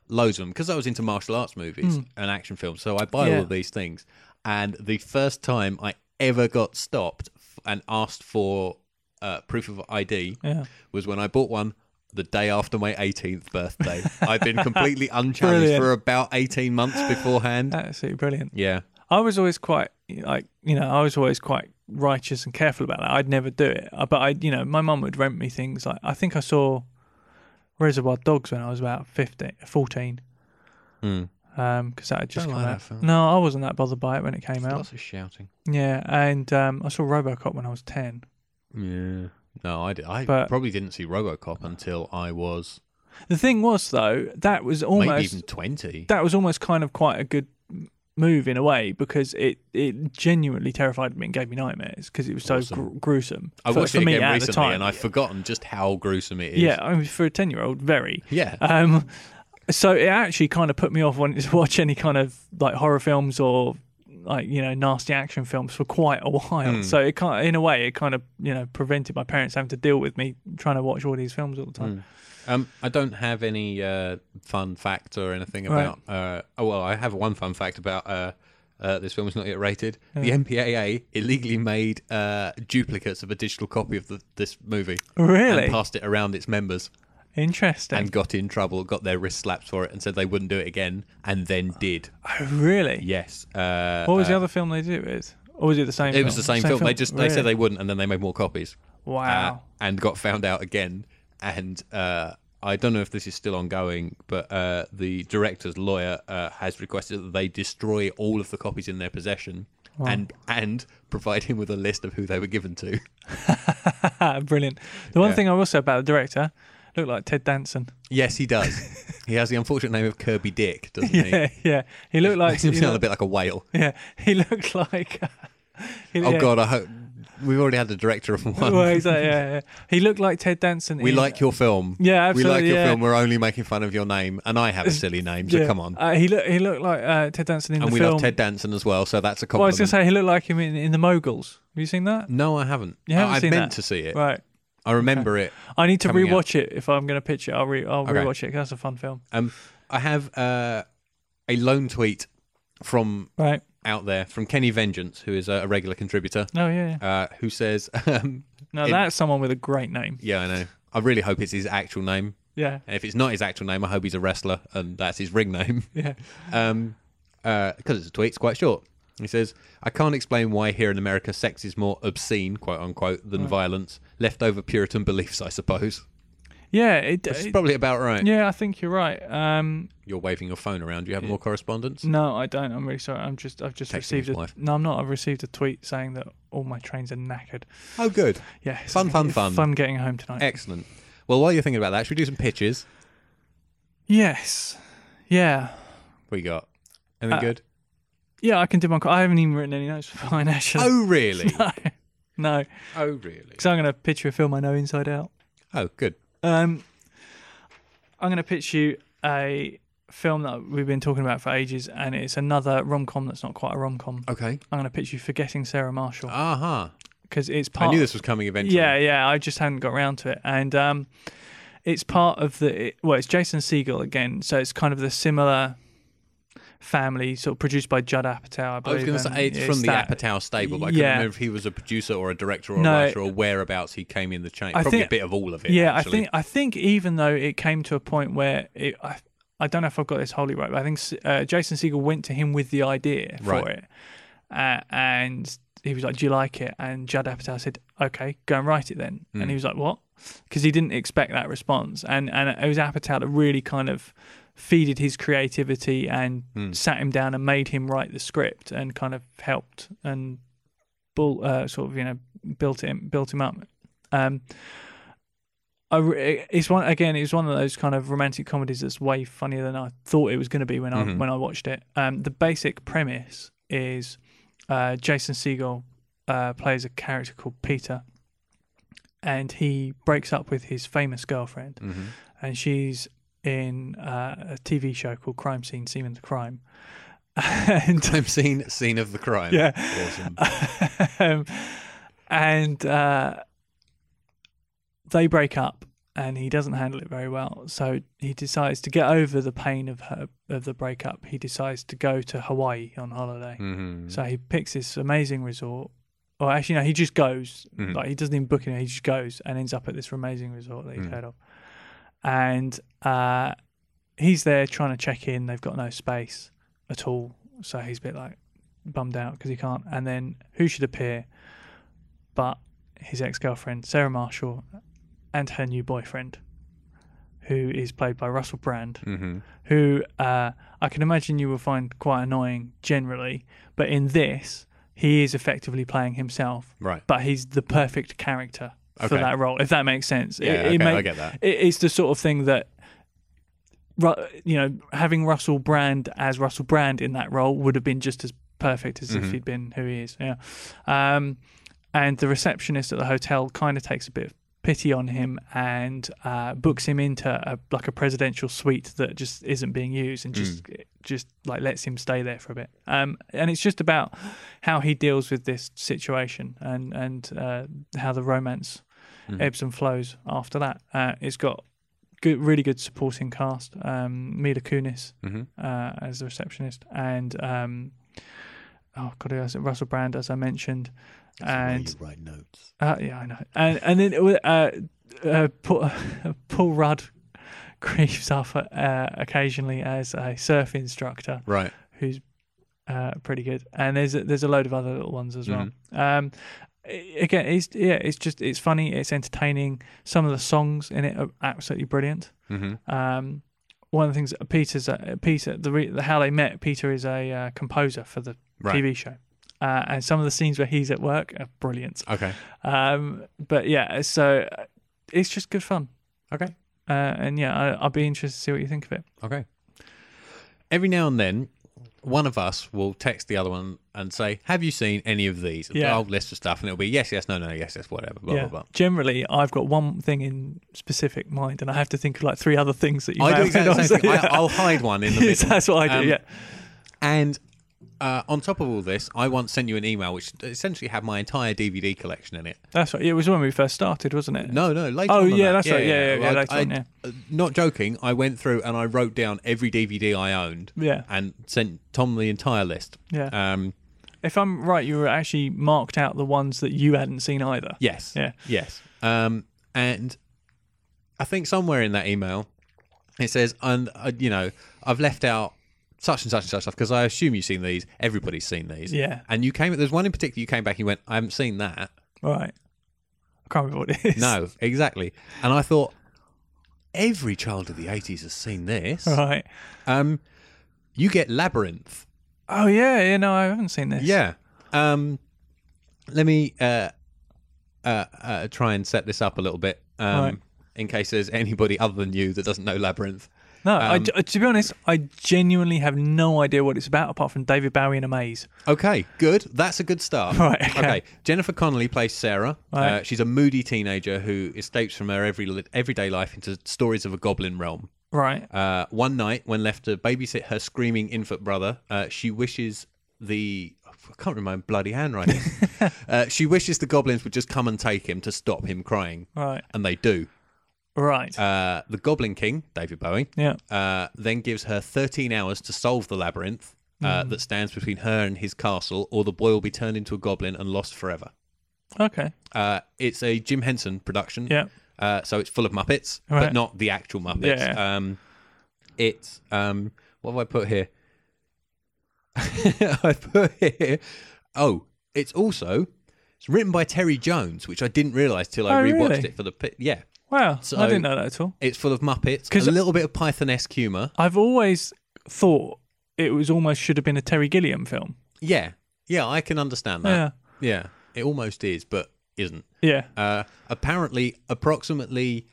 Speaker 1: Loads of them because I was into martial arts movies and action films, so I buy
Speaker 2: Hmm. Yeah.
Speaker 1: all of these things. And the first time I ever got stopped f- and asked for uh, proof of ID
Speaker 2: Yeah.
Speaker 1: was when I bought one the day after my 18th birthday. I'd been completely unchallenged
Speaker 2: Brilliant. Uh,
Speaker 1: for about 18 months beforehand.
Speaker 2: Absolutely brilliant.
Speaker 1: yeah.
Speaker 2: I was always quite, like, you know, I was always quite righteous and careful about that. I'd never do it. Uh, But I, you know, my mum would rent me things like, I think I saw Reservoir Dogs when I was about 15, 14. Because that had just
Speaker 1: Don't
Speaker 2: come
Speaker 1: like that
Speaker 2: out.
Speaker 1: film.
Speaker 2: no, I wasn't that bothered by it when it came out.
Speaker 1: Lots of shouting.
Speaker 2: Yeah. And um, I saw Robocop when I was 10.
Speaker 1: Yeah. No, I, did. I
Speaker 2: But-
Speaker 1: probably didn't see RoboCop until I was
Speaker 2: The thing was, though, that was almost.
Speaker 1: maybe even twenty.
Speaker 2: that was almost kind of quite a good m- move in a way because it it genuinely terrified me and gave me nightmares because it was so
Speaker 1: Awesome.
Speaker 2: gr- gruesome.
Speaker 1: I
Speaker 2: for,
Speaker 1: watched
Speaker 2: for
Speaker 1: it
Speaker 2: me
Speaker 1: again
Speaker 2: at
Speaker 1: recently,
Speaker 2: the time.
Speaker 1: and I've forgotten just how gruesome it is.
Speaker 2: yeah, I mean, for a ten year old, very.
Speaker 1: Yeah.
Speaker 2: Um, so it actually kind of put me off wanting to watch any kind of like horror films or like you know nasty action films for quite a while.
Speaker 1: Hmm.
Speaker 2: So it kind in a way it kind of you know prevented my parents having to deal with me trying to watch all these films all the time.
Speaker 1: Um, I don't have any uh, fun fact or anything
Speaker 2: Right.
Speaker 1: about. Uh, oh well, I have one fun fact about uh, uh, this film is not yet rated. The MPAA illegally made uh, duplicates of a digital copy of the, this movie
Speaker 2: Really
Speaker 1: Hmm. and passed it around its members
Speaker 2: interesting.
Speaker 1: and got in trouble, got their wrist slapped for it, and said they wouldn't do it again, and then did.
Speaker 2: oh, really?
Speaker 1: Yes. Uh,
Speaker 2: What was
Speaker 1: uh,
Speaker 2: the other film they did it with? Or was it the Oh, same?
Speaker 1: It was the same, film. They just they said they wouldn't, and then they made more copies.
Speaker 2: Wow.
Speaker 1: uh, and got found out again. And uh, I don't know if this is still ongoing, but uh, the director's lawyer uh, has requested that they destroy all of the copies in their possession and and provide him with a list of who they were given to.
Speaker 2: Ah, Brilliant. The one
Speaker 1: Yeah.
Speaker 2: thing I will say about the director looked like Ted Danson.
Speaker 1: Yes, he does. he has the unfortunate name of Kirby Dick, doesn't he?
Speaker 2: Yeah, yeah. He looked like
Speaker 1: Makes him
Speaker 2: he
Speaker 1: sound a
Speaker 2: looked-
Speaker 1: bit like a whale.
Speaker 2: yeah. He looked like. uh, he-
Speaker 1: Oh
Speaker 2: yeah.
Speaker 1: God, I hope we've already had the director of one.
Speaker 2: Well, he's like, yeah, yeah. He looked like Ted Danson.
Speaker 1: we
Speaker 2: in-
Speaker 1: like your film.
Speaker 2: Yeah,
Speaker 1: We like
Speaker 2: absolutely,
Speaker 1: your
Speaker 2: yeah.
Speaker 1: film. We're only making fun of your name, and I have a silly name, so
Speaker 2: yeah.
Speaker 1: come on.
Speaker 2: Uh, he looked. He looked like uh, Ted Danson in
Speaker 1: and
Speaker 2: the
Speaker 1: we
Speaker 2: film.
Speaker 1: love Ted Danson as well, so that's a
Speaker 2: well, I
Speaker 1: compliment.
Speaker 2: was gonna say he looked like him in, in the Moguls. Have you seen that?
Speaker 1: No, I haven't.
Speaker 2: You haven't
Speaker 1: I, I
Speaker 2: seen
Speaker 1: meant
Speaker 2: that?
Speaker 1: to see it.
Speaker 2: Right.
Speaker 1: I remember it.
Speaker 2: I need to
Speaker 1: Coming out.
Speaker 2: rewatch it if I'm gonna pitch it. I'll re. I'll rewatch it. 'cause that's a fun film.
Speaker 1: Um, I have uh, a lone tweet from
Speaker 2: Right.
Speaker 1: out there from Kenny Vengeance, who is a, a regular contributor,
Speaker 2: No. Oh, Yeah. yeah.
Speaker 1: uh, who says, um,
Speaker 2: No,
Speaker 1: in-
Speaker 2: that's someone with a great name.
Speaker 1: "Yeah, I know. I really hope it's his actual name.
Speaker 2: Yeah.
Speaker 1: And if it's not his actual name, I hope he's a wrestler and that's his ring name."
Speaker 2: Yeah.
Speaker 1: um, uh, because it's a tweet, it's quite short. He says, I can't explain why here in America sex is more obscene, quote unquote, than violence. Leftover Puritan beliefs, I suppose.
Speaker 2: Yeah. It,
Speaker 1: It's
Speaker 2: it-
Speaker 1: probably about right.
Speaker 2: yeah. I think you're right. Um.
Speaker 1: You're waving your phone around. Do you have more correspondence?
Speaker 2: No, I don't. I'm really sorry. I'm just. I've just received
Speaker 1: his
Speaker 2: a.
Speaker 1: wife.
Speaker 2: No, I'm not. I've received a tweet saying that all my trains are knackered.
Speaker 1: Oh, good.
Speaker 2: Yeah. it's
Speaker 1: Fun,
Speaker 2: gonna
Speaker 1: fun,
Speaker 2: be
Speaker 1: fun.
Speaker 2: Fun getting home tonight.
Speaker 1: Excellent. Well, while you're thinking about that, should we do some pitches?
Speaker 2: yes. Yeah.
Speaker 1: What you got? Anything
Speaker 2: Uh,
Speaker 1: good?
Speaker 2: Yeah. I can do my. I haven't even written any notes for mine actually.
Speaker 1: Oh, really?
Speaker 2: no,
Speaker 1: oh, really?
Speaker 2: because I'm going to pitch you a film I know inside out.
Speaker 1: Oh, good.
Speaker 2: Um, I'm going to pitch you a film that we've been talking about for ages, and it's another rom com that's not quite a rom com.
Speaker 1: Okay.
Speaker 2: I'm going to pitch you Forgetting Sarah Marshall
Speaker 1: Aha. Uh-huh.
Speaker 2: because it's
Speaker 1: I
Speaker 2: part.
Speaker 1: knew this was coming eventually.
Speaker 2: Oh. Yeah, yeah. I just hadn't got around to it, and um, it's part of the well, it's Jason Siegel again, so it's kind of the similar family, sort of produced by Judd Apatow. I,
Speaker 1: I was going to say it's from the
Speaker 2: Apatow.
Speaker 1: Apatow stable, but I
Speaker 2: yeah.
Speaker 1: can't remember if he was a producer or a director or
Speaker 2: No.
Speaker 1: a writer or whereabouts he came in the chain.
Speaker 2: I
Speaker 1: Probably
Speaker 2: think-
Speaker 1: a bit of all of it.
Speaker 2: Yeah,
Speaker 1: actually.
Speaker 2: I think I think even though it came to a point where it, I I don't know if I've got this wholly right, but I think uh, Jason Siegel went to him with the idea for
Speaker 1: Right.
Speaker 2: it, uh, and he was like, "Do you like it?" And Judd Apatow said, "Okay, go and write it then."
Speaker 1: Hmm.
Speaker 2: And he was like, "What?" Because he didn't expect that response, and and it was Apatow that really kind of feeded his creativity and
Speaker 1: Hmm.
Speaker 2: sat him down and made him write the script and kind of helped and bull uh, sort of you know built him built him up. Um, I re- it's one again. It's one of those kind of romantic comedies that's way funnier than I thought it was going to be when I when I watched it. Um, the basic premise is uh, Jason Segel uh, plays a character called Peter, and he breaks up with his famous girlfriend, and she's in uh, a TV show called Crime Scene: Seaman to Crime, and
Speaker 1: crime scene, scene of the crime.
Speaker 2: Yeah.
Speaker 1: Awesome.
Speaker 2: um, and uh, they break up, and he doesn't handle it very well. So he decides to get over the pain of her of the breakup. He decides to go to Hawaii on holiday.
Speaker 1: Mhm.
Speaker 2: So he picks this amazing resort. Or actually, no, he just goes. Like he doesn't even book it. He just goes and ends up at this amazing resort that he's heard of. And uh, he's there trying to check in. They've got no space at all, so he's a bit like bummed out because he can't. And then who should appear but his ex girlfriend Sarah Marshall and her new boyfriend, who is played by Russell Brand who uh, I can imagine you will find quite annoying generally, but in this, he is effectively playing himself.
Speaker 1: Right.
Speaker 2: But he's the perfect character for
Speaker 1: Okay.
Speaker 2: that role, if that makes sense.
Speaker 1: Yeah, okay, I get that.
Speaker 2: It, it's the sort of thing that, Ru- you know, having Russell Brand as Russell Brand in that role would have been just as perfect as
Speaker 1: Mm-hmm.
Speaker 2: if he'd been who he is. Yeah. Um, and the receptionist at the hotel kind of takes a bit of pity on him and uh, books him into a, like a presidential suite that just isn't being used and just
Speaker 1: Mm.
Speaker 2: just like lets him stay there for a bit. Um, and it's just about how he deals with this situation and and uh, how the romance ebbs and flows after that. Uh, it's got good, really good supporting cast. Um, Mila Kunis
Speaker 1: Mhm.
Speaker 2: uh, as the receptionist and. Um, Oh god, who else? Russell Brand, as I mentioned, and
Speaker 3: you write notes.
Speaker 2: uh, yeah, I know. And and then uh, uh, Paul, Paul Rudd creeps up uh, occasionally as a surf instructor,
Speaker 1: Right.
Speaker 2: who's uh, pretty good. And there's a, there's a load of other little ones as well.
Speaker 1: Mm-hmm.
Speaker 2: Um, i- again, it's yeah, it's just it's funny, it's entertaining. Some of the songs in it are absolutely brilliant.
Speaker 1: Mm-hmm.
Speaker 2: Um, one of the things Peter's uh, Peter the, re, the how they met Peter is a uh, composer for the
Speaker 1: Right.
Speaker 2: TV show. Uh, and some of the scenes where he's at work are brilliant.
Speaker 1: Okay.
Speaker 2: Um, but yeah, so uh, it's just good fun.
Speaker 1: Okay.
Speaker 2: Uh, and yeah, I, I'll be interested to see what you think of it.
Speaker 1: Okay. Every now and then, one of us will text the other one and say, "Have you seen any of these?"
Speaker 2: Yeah.
Speaker 1: A whole list of stuff, and it'll be yes, yes, no, no, yes, yes, whatever, blah,
Speaker 2: yeah.
Speaker 1: blah, blah.
Speaker 2: Generally, I've got one thing in specific mind, and I have to think of like three other things that you.
Speaker 1: I
Speaker 2: may
Speaker 1: do
Speaker 2: have
Speaker 1: exactly the
Speaker 2: noticed.
Speaker 1: same thing. I,
Speaker 2: Yeah.
Speaker 1: I'll hide one in the middle.
Speaker 2: That's what I do.
Speaker 1: Um,
Speaker 2: yeah.
Speaker 1: And uh, on top of all this, I once sent you an email which essentially had my entire DVD collection in it.
Speaker 2: That's right. Yeah, it was when we first started, wasn't it?
Speaker 1: No, no, later.
Speaker 2: Oh,
Speaker 1: on than
Speaker 2: yeah,
Speaker 1: that.
Speaker 2: that's right. Yeah, yeah, yeah,
Speaker 1: I-
Speaker 2: later
Speaker 1: I-
Speaker 2: on, yeah.
Speaker 1: uh, Not joking. I went through and I wrote down every DVD I owned.
Speaker 2: Yeah.
Speaker 1: And sent Tom the entire list.
Speaker 2: Yeah.
Speaker 1: Um,
Speaker 2: If I'm right, you were actually marked out the ones that you hadn't seen either.
Speaker 1: yes.
Speaker 2: Yeah.
Speaker 1: Yes. Um, and I think somewhere in that email it says, and uh, you know, I've left out such and such and such stuff because I assume you've seen these. Everybody's seen these.
Speaker 2: Yeah.
Speaker 1: And you came. There's one in particular. You came back. and You went. I haven't seen that.
Speaker 2: Right. I can't remember what it is.
Speaker 1: No, exactly. And I thought every child of the 80s has seen this.
Speaker 2: Right.
Speaker 1: Um, you get Labyrinth.
Speaker 2: Oh yeah. Yeah. No, I haven't seen this.
Speaker 1: Yeah. Um, let me uh, uh, uh, try and set this up a little bit um,
Speaker 2: Right.
Speaker 1: in case there's anybody other than you that doesn't know Labyrinth.
Speaker 2: No, I
Speaker 1: um,
Speaker 2: g- to be honest, I genuinely have no idea what it's about apart from David Bowie in a maze.
Speaker 1: Okay, good. That's a good start.
Speaker 2: Right, okay.
Speaker 1: Jennifer Connolly plays Sarah. Uh,
Speaker 2: Right.
Speaker 1: she's a moody teenager who escapes from her every, everyday life into stories of a goblin realm.
Speaker 2: Right.
Speaker 1: Uh, one night, when left to babysit her screaming infant brother, uh, she wishes the. I can't remember my bloody handwriting. uh, she wishes the goblins would just come and take him to stop him crying.
Speaker 2: Right.
Speaker 1: And they do.
Speaker 2: Right.
Speaker 1: Uh, the Goblin King, David Bowie,
Speaker 2: yeah.
Speaker 1: uh, then gives her 13 hours to solve the labyrinth uh,
Speaker 2: Mm.
Speaker 1: that stands between her and his castle, or the boy will be turned into a goblin and lost forever.
Speaker 2: Okay.
Speaker 1: Uh, it's a Jim Henson production.
Speaker 2: Yeah.
Speaker 1: Uh, so it's full of Muppets, but
Speaker 2: Right.
Speaker 1: not the actual Muppets.
Speaker 2: Yeah.
Speaker 1: Um, it's um, what have I put here? I put here. Oh, it's also it's written by Terry Jones, which I didn't realise till I
Speaker 2: Oh,
Speaker 1: rewatched
Speaker 2: really?
Speaker 1: it for the pi- yeah.
Speaker 2: Wow.
Speaker 1: So-
Speaker 2: I didn't know that at all.
Speaker 1: It's full of Muppets,
Speaker 2: 'Cause-
Speaker 1: a little bit of Python-esque humour.
Speaker 2: I've always thought it was almost should have been a Terry Gilliam film.
Speaker 1: Yeah, yeah, I can understand that. Yeah, it almost is, but isn't.
Speaker 2: Yeah.
Speaker 1: Uh, apparently, approximately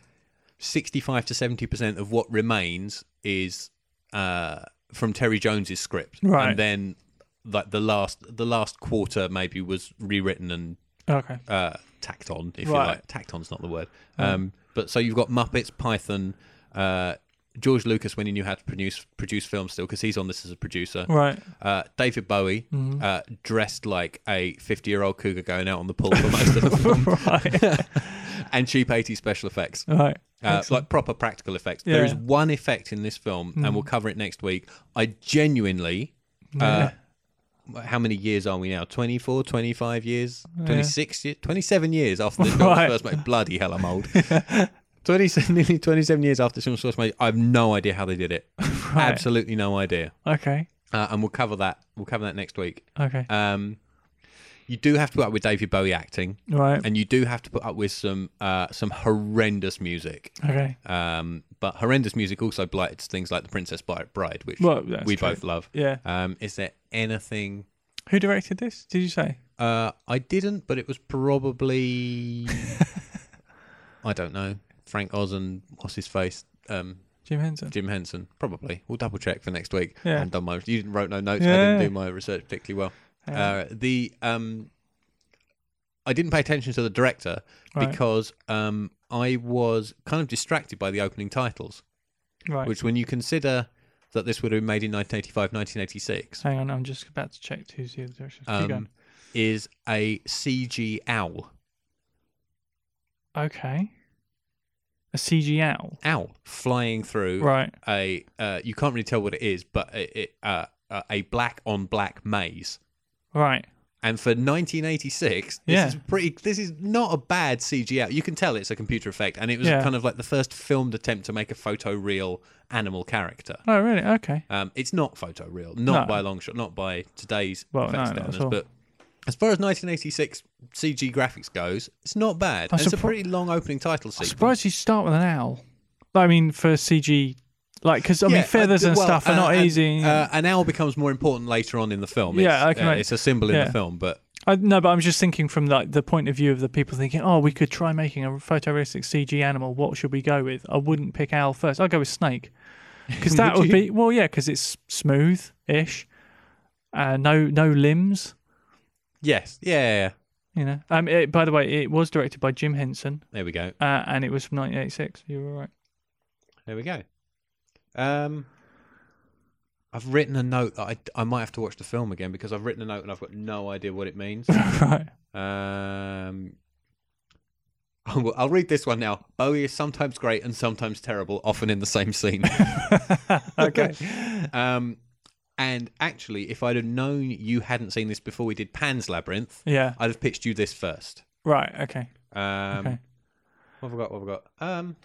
Speaker 1: 65 to 70% of what remains is uh, from Terry Jones's script.
Speaker 2: Right.
Speaker 1: And then like the last the last quarter maybe was rewritten and
Speaker 2: Okay.
Speaker 1: uh, tacked on, if you
Speaker 2: Right.
Speaker 1: like. Tacked on's not the word. Um, but so you've got Muppets, Python, uh, George Lucas when he knew how to produce produce films still because he's on this as a producer.
Speaker 2: Right. Mm-hmm.
Speaker 1: Uh, David Bowie uh, dressed like a 50 year old cougar going out on the pool for most of the film
Speaker 2: right.
Speaker 1: and cheap 80 special effects.
Speaker 2: right.
Speaker 1: Uh, like proper practical effects.
Speaker 2: Yeah. Hmm.
Speaker 1: There is one effect in this film, and we'll cover it next week. I genuinely, uh, how many years are we now? 24, 25 years, 26, years, 27 years after this film was
Speaker 2: Right.
Speaker 1: first made. Bloody hell, I'm old. 27, nearly 27 years after this film was first made. I have no idea how they did it. Absolutely no idea.
Speaker 2: Okay.
Speaker 1: Uh, and we'll cover that. We'll cover that next week.
Speaker 2: Okay.
Speaker 1: Um, you do have to put up with David Bowie acting,
Speaker 2: right.
Speaker 1: and you do have to put up with some uh, some horrendous music.
Speaker 2: okay.
Speaker 1: Um, but horrendous music also blights things like The Princess Bi- Bride, which
Speaker 2: Well, that's
Speaker 1: we
Speaker 2: true.
Speaker 1: both love.
Speaker 2: Yeah.
Speaker 1: Um, is there anything?
Speaker 2: Who directed this? Did you say?
Speaker 1: Uh, I didn't, but it was probably I don't know Frank Oz and what's his face, um,
Speaker 2: Jim Henson.
Speaker 1: Jim Henson. Probably we'll double check for next week.
Speaker 2: Yeah.
Speaker 1: I haven't done my. You didn't wrote no notes. I
Speaker 2: Yeah.
Speaker 1: didn't do my research particularly well. Uh, the um, I didn't pay attention to the director
Speaker 2: Right.
Speaker 1: because um, I was kind of distracted by the opening titles,
Speaker 2: Right.
Speaker 1: which, when you consider that this would have been made in 1985, 1986,
Speaker 2: Hang on, I'm just about to check who's the other director. Keep going.
Speaker 1: um, is a CG owl.
Speaker 2: Okay. A CG owl.
Speaker 1: Owl flying through
Speaker 2: Right.
Speaker 1: a uh, you can't really tell what it is, but it, it, uh, uh, a black on black maze.
Speaker 2: Right.
Speaker 1: And for 1986, this
Speaker 2: Yeah.
Speaker 1: is pretty. This is not a bad CG out. You can tell it's a computer effect, and it was
Speaker 2: Yeah.
Speaker 1: kind of like the first filmed attempt to make a photoreal animal character.
Speaker 2: Oh, really? Okay.
Speaker 1: Um, it's not photoreal, not
Speaker 2: No.
Speaker 1: by a long shot, not by today's
Speaker 2: Well,
Speaker 1: effects
Speaker 2: no, not at
Speaker 1: standards,
Speaker 2: all.
Speaker 1: but. As far as 1986 CG graphics goes, it's not bad.
Speaker 2: I'm
Speaker 1: And it's a
Speaker 2: surpri-
Speaker 1: pretty long opening title
Speaker 2: I'm
Speaker 1: sequence.
Speaker 2: surprised you start with an owl. I mean, for CG, like, because I mean,
Speaker 1: Yeah,
Speaker 2: feathers
Speaker 1: uh,
Speaker 2: and
Speaker 1: well,
Speaker 2: stuff are
Speaker 1: uh,
Speaker 2: not
Speaker 1: and,
Speaker 2: easy.
Speaker 1: Uh, an owl becomes more important later on in the film.
Speaker 2: Yeah,
Speaker 1: it's,
Speaker 2: I can-
Speaker 1: uh, it's a symbol in
Speaker 2: yeah.
Speaker 1: the film, but
Speaker 2: I, no, but I'm just thinking from like the point of view of the people thinking, oh, we could try making a photorealistic CG animal. What should we go with? I wouldn't pick owl first. I'd go with snake because that
Speaker 1: Would
Speaker 2: would
Speaker 1: you?
Speaker 2: be well, yeah, because it's smooth-ish, uh, no no limbs.
Speaker 1: yes, yeah, yeah, yeah.
Speaker 2: You know. Um. It, by the way, it was directed by Jim Henson,
Speaker 1: there we go,
Speaker 2: uh, and it was from 1986. You were right.
Speaker 1: there we go. Um, I've written a note that I, I might have to watch the film again because I've written a note and I've got no idea what it means.
Speaker 2: right.
Speaker 1: um, I'll I'll read this one now. Bowie is sometimes great and sometimes terrible, often in the same scene.
Speaker 2: okay.
Speaker 1: um, and actually, if I'd have known you hadn't seen this before we did Pan's Labyrinth,
Speaker 2: Yeah.
Speaker 1: I'd have pitched you this first.
Speaker 2: Right. Okay.
Speaker 1: Um,
Speaker 2: Okay.
Speaker 1: What have I got? What have I got? Um,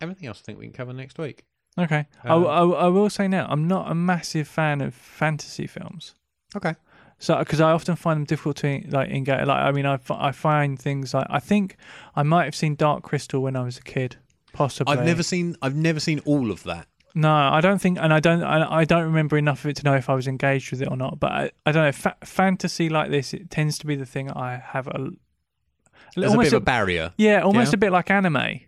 Speaker 1: everything else I think we can cover next week.
Speaker 2: Okay. I
Speaker 1: Um,
Speaker 2: w- I, w- I will say now, I'm not a massive fan of fantasy films.
Speaker 1: Okay.
Speaker 2: So, because I often find them difficult to like engage. Like, I mean, I, fi- I find things like I think I might have seen Dark Crystal when I was a kid, possibly.
Speaker 1: I've never seen. I've never seen all of that.
Speaker 2: No, I don't think, and I don't, I, I don't remember enough of it to know if I was engaged with it or not. But I, I don't know. Fa- fantasy like this, it tends to be the thing I have a.
Speaker 1: There's a bit of a barrier.
Speaker 2: yeah, almost
Speaker 1: Yeah.
Speaker 2: a bit like anime.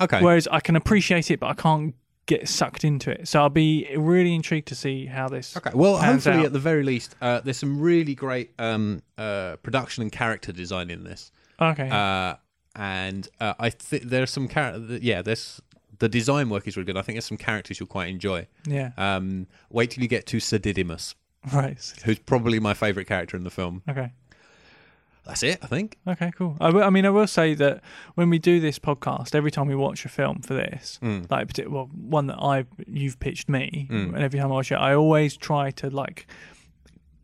Speaker 1: Okay.
Speaker 2: Whereas I can appreciate it, but I can't get sucked into it. So I'll be really intrigued to see how this.
Speaker 1: okay. Well,
Speaker 2: Hands
Speaker 1: hopefully,
Speaker 2: out.
Speaker 1: at the very least, uh, there's some really great um, uh, production and character design in this.
Speaker 2: Okay.
Speaker 1: Uh, and uh, I think there's some character. Yeah, there's the design work is really good. I think there's some characters you'll quite enjoy.
Speaker 2: yeah.
Speaker 1: Um, wait till you get to Sir Didymus,
Speaker 2: Right.
Speaker 1: who's probably my favourite character in the film.
Speaker 2: Okay.
Speaker 1: That's it, I think.
Speaker 2: Okay, cool. I, will- I mean, I will say that when we do this podcast, every time we watch a film for this,
Speaker 1: Hmm.
Speaker 2: like partic- well, one that I you've pitched me, and every time I watch it, I always try to like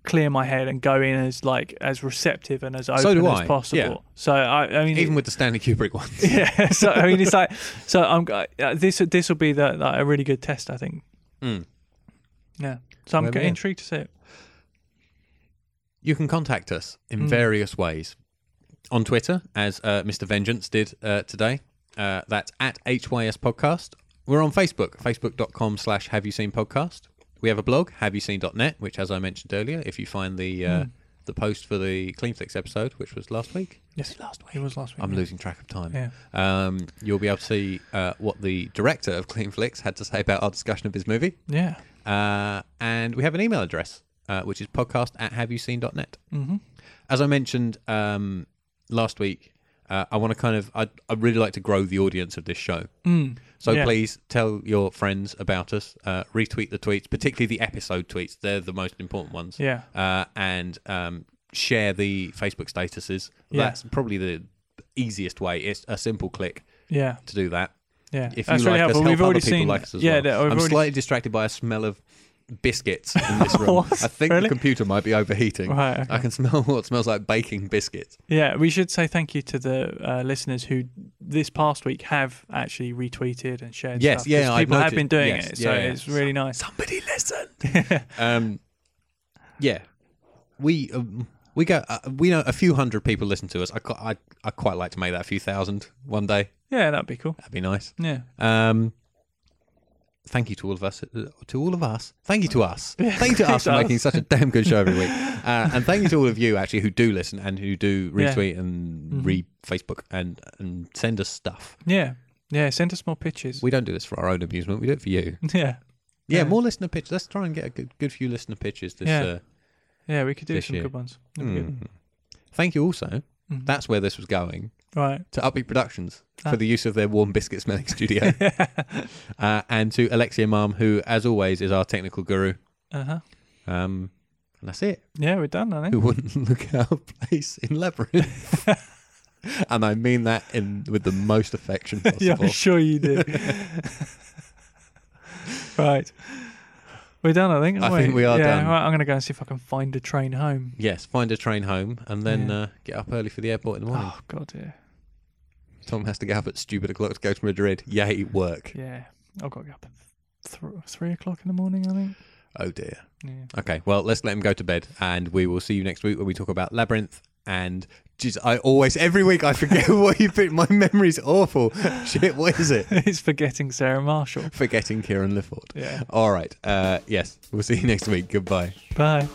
Speaker 2: clear my head and go in as like as receptive and as open
Speaker 1: do
Speaker 2: as
Speaker 1: I,
Speaker 2: possible.
Speaker 1: yeah.
Speaker 2: So I, I mean,
Speaker 1: Even with the Stanley Kubrick ones.
Speaker 2: yeah. So I mean, it's like so. I'm g- uh, this. This will be the, like, a really good test, I think.
Speaker 1: Mm.
Speaker 2: Yeah. So I'm
Speaker 1: Well,
Speaker 2: g-
Speaker 1: yeah.
Speaker 2: intrigued to see it.
Speaker 1: You can contact us in various ways. On Twitter, as uh, Mr. Vengeance did uh, today, uh, that's at HYS Podcast. We're on Facebook, facebook.com slash Have You Seen Podcast. We have a blog, haveyouseen.net, which, as I mentioned earlier, if you find the uh, the post for the Clean Flicks episode, which was last week,
Speaker 2: Yes, last week. It was last week.
Speaker 1: I'm losing track of time.
Speaker 2: Yeah.
Speaker 1: Um, you'll be able to see uh, what the director of Clean Flicks had to say about our discussion of his movie.
Speaker 2: yeah.
Speaker 1: Uh, and we have an email address, uh, which is podcast at haveyouseen.net.
Speaker 2: Mhm.
Speaker 1: As I mentioned um, last week, uh, I want to kind of, I, I really like to grow the audience of this show.
Speaker 2: Mm.
Speaker 1: So
Speaker 2: Yeah.
Speaker 1: please tell your friends about us, uh, retweet the tweets, particularly the episode tweets. They're the most important ones.
Speaker 2: Yeah.
Speaker 1: Uh, and um, share the Facebook statuses.
Speaker 2: Yeah.
Speaker 1: That's probably the easiest way. It's a simple click
Speaker 2: Yeah.
Speaker 1: to do that.
Speaker 2: Yeah,
Speaker 1: If
Speaker 2: that's
Speaker 1: you
Speaker 2: really
Speaker 1: like
Speaker 2: helpful.
Speaker 1: us, help
Speaker 2: We've
Speaker 1: other
Speaker 2: already
Speaker 1: people
Speaker 2: seen.
Speaker 1: like us as
Speaker 2: yeah,
Speaker 1: well.
Speaker 2: that-
Speaker 1: I'm
Speaker 2: I've already-
Speaker 1: slightly distracted by a smell of biscuits in this room.
Speaker 2: What?
Speaker 1: I think
Speaker 2: Really?
Speaker 1: the computer might be overheating.
Speaker 2: Right, okay.
Speaker 1: I can smell what smells like baking biscuits.
Speaker 2: yeah, we should say thank you to the uh, listeners who this past week have actually retweeted and shared.
Speaker 1: Yes,
Speaker 2: stuff,
Speaker 1: yeah,
Speaker 2: 'cause
Speaker 1: I've
Speaker 2: people have
Speaker 1: noticed.
Speaker 2: been doing
Speaker 1: Yes,
Speaker 2: it, so
Speaker 1: yeah, yeah.
Speaker 2: it's really nice.
Speaker 1: Somebody listen. um, yeah, we um, we go. Uh, we know a few hundred people listen to us. I, qui- I I quite like to make that a few thousand one day.
Speaker 2: Yeah, that'd be cool.
Speaker 1: That'd be nice.
Speaker 2: Yeah,
Speaker 1: Um, thank you to all of us. uh, To all of us. Thank you to us. Thank you to us for making such a damn good show every week. Uh, and thank you to all of you actually who do listen and who do
Speaker 2: Yeah. Mm-hmm.
Speaker 1: retweet and re Facebook and and send us stuff.
Speaker 2: yeah, yeah. Send us more pitches.
Speaker 1: We don't do this for our own amusement. We do it for you.
Speaker 2: yeah,
Speaker 1: Yeah,
Speaker 2: Yeah.
Speaker 1: more listener pitches. Let's try and get a good, good few listener pitches this.
Speaker 2: Yeah.
Speaker 1: Uh,
Speaker 2: yeah. We could do
Speaker 1: This
Speaker 2: some
Speaker 1: year. Hmm.
Speaker 2: good ones. That'd be good.
Speaker 1: thank you also That's where this was going
Speaker 2: Right.
Speaker 1: to Upbeat Productions
Speaker 2: Mm-hmm. Ah.
Speaker 1: for the use of their Warm Biscuit smelling studio, uh, and to Alexia Mom, who, as always, is our technical guru.
Speaker 2: Uh huh.
Speaker 1: Um, and that's it.
Speaker 2: Yeah, we're done,
Speaker 1: Who
Speaker 2: I think.
Speaker 1: wouldn't look out of place in Labyrinth? and I mean that in with the most affection
Speaker 2: yeah,
Speaker 1: possible.
Speaker 2: I'm sure you do. right. We're done, I think. aren't
Speaker 1: I think we are
Speaker 2: yeah,
Speaker 1: done.
Speaker 2: Right, I'm going to go and see if I can find a train home.
Speaker 1: Yes, find a train home and then uh, get up early for the airport in the morning.
Speaker 2: Oh, God, yeah.
Speaker 1: Tom has to get up at stupid o'clock to go to Madrid. Yay, work.
Speaker 2: Yeah. I've got to get up at th- 3 o'clock in the morning, I think.
Speaker 1: Oh dear.
Speaker 2: Yeah.
Speaker 1: Okay, well, let's let him go to bed and we will see you next week when we talk about Labyrinth and. Jeez, I always, every week I forget what you picked. My memory's awful. Shit, what is it?
Speaker 2: it's forgetting Sarah Marshall.
Speaker 1: Forgetting Kieran Lifford.
Speaker 2: Yeah.
Speaker 1: All right. Uh, yes, we'll see you next week. Goodbye.
Speaker 2: Bye.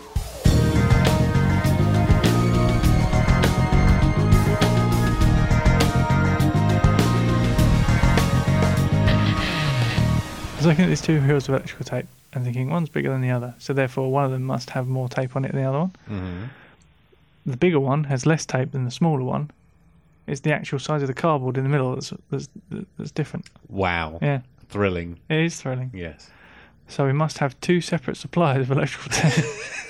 Speaker 2: I was looking at these two reels of electrical tape and thinking one's bigger than the other, so therefore one of them must have more tape on it than the other one. The bigger one has less tape than the smaller one. It's the actual size of the cardboard in the middle that's that's, that's different.
Speaker 1: Wow.
Speaker 2: Yeah,
Speaker 1: Thrilling.
Speaker 2: it is thrilling.
Speaker 1: Yes.
Speaker 2: So we must have two separate suppliers of electrical tape.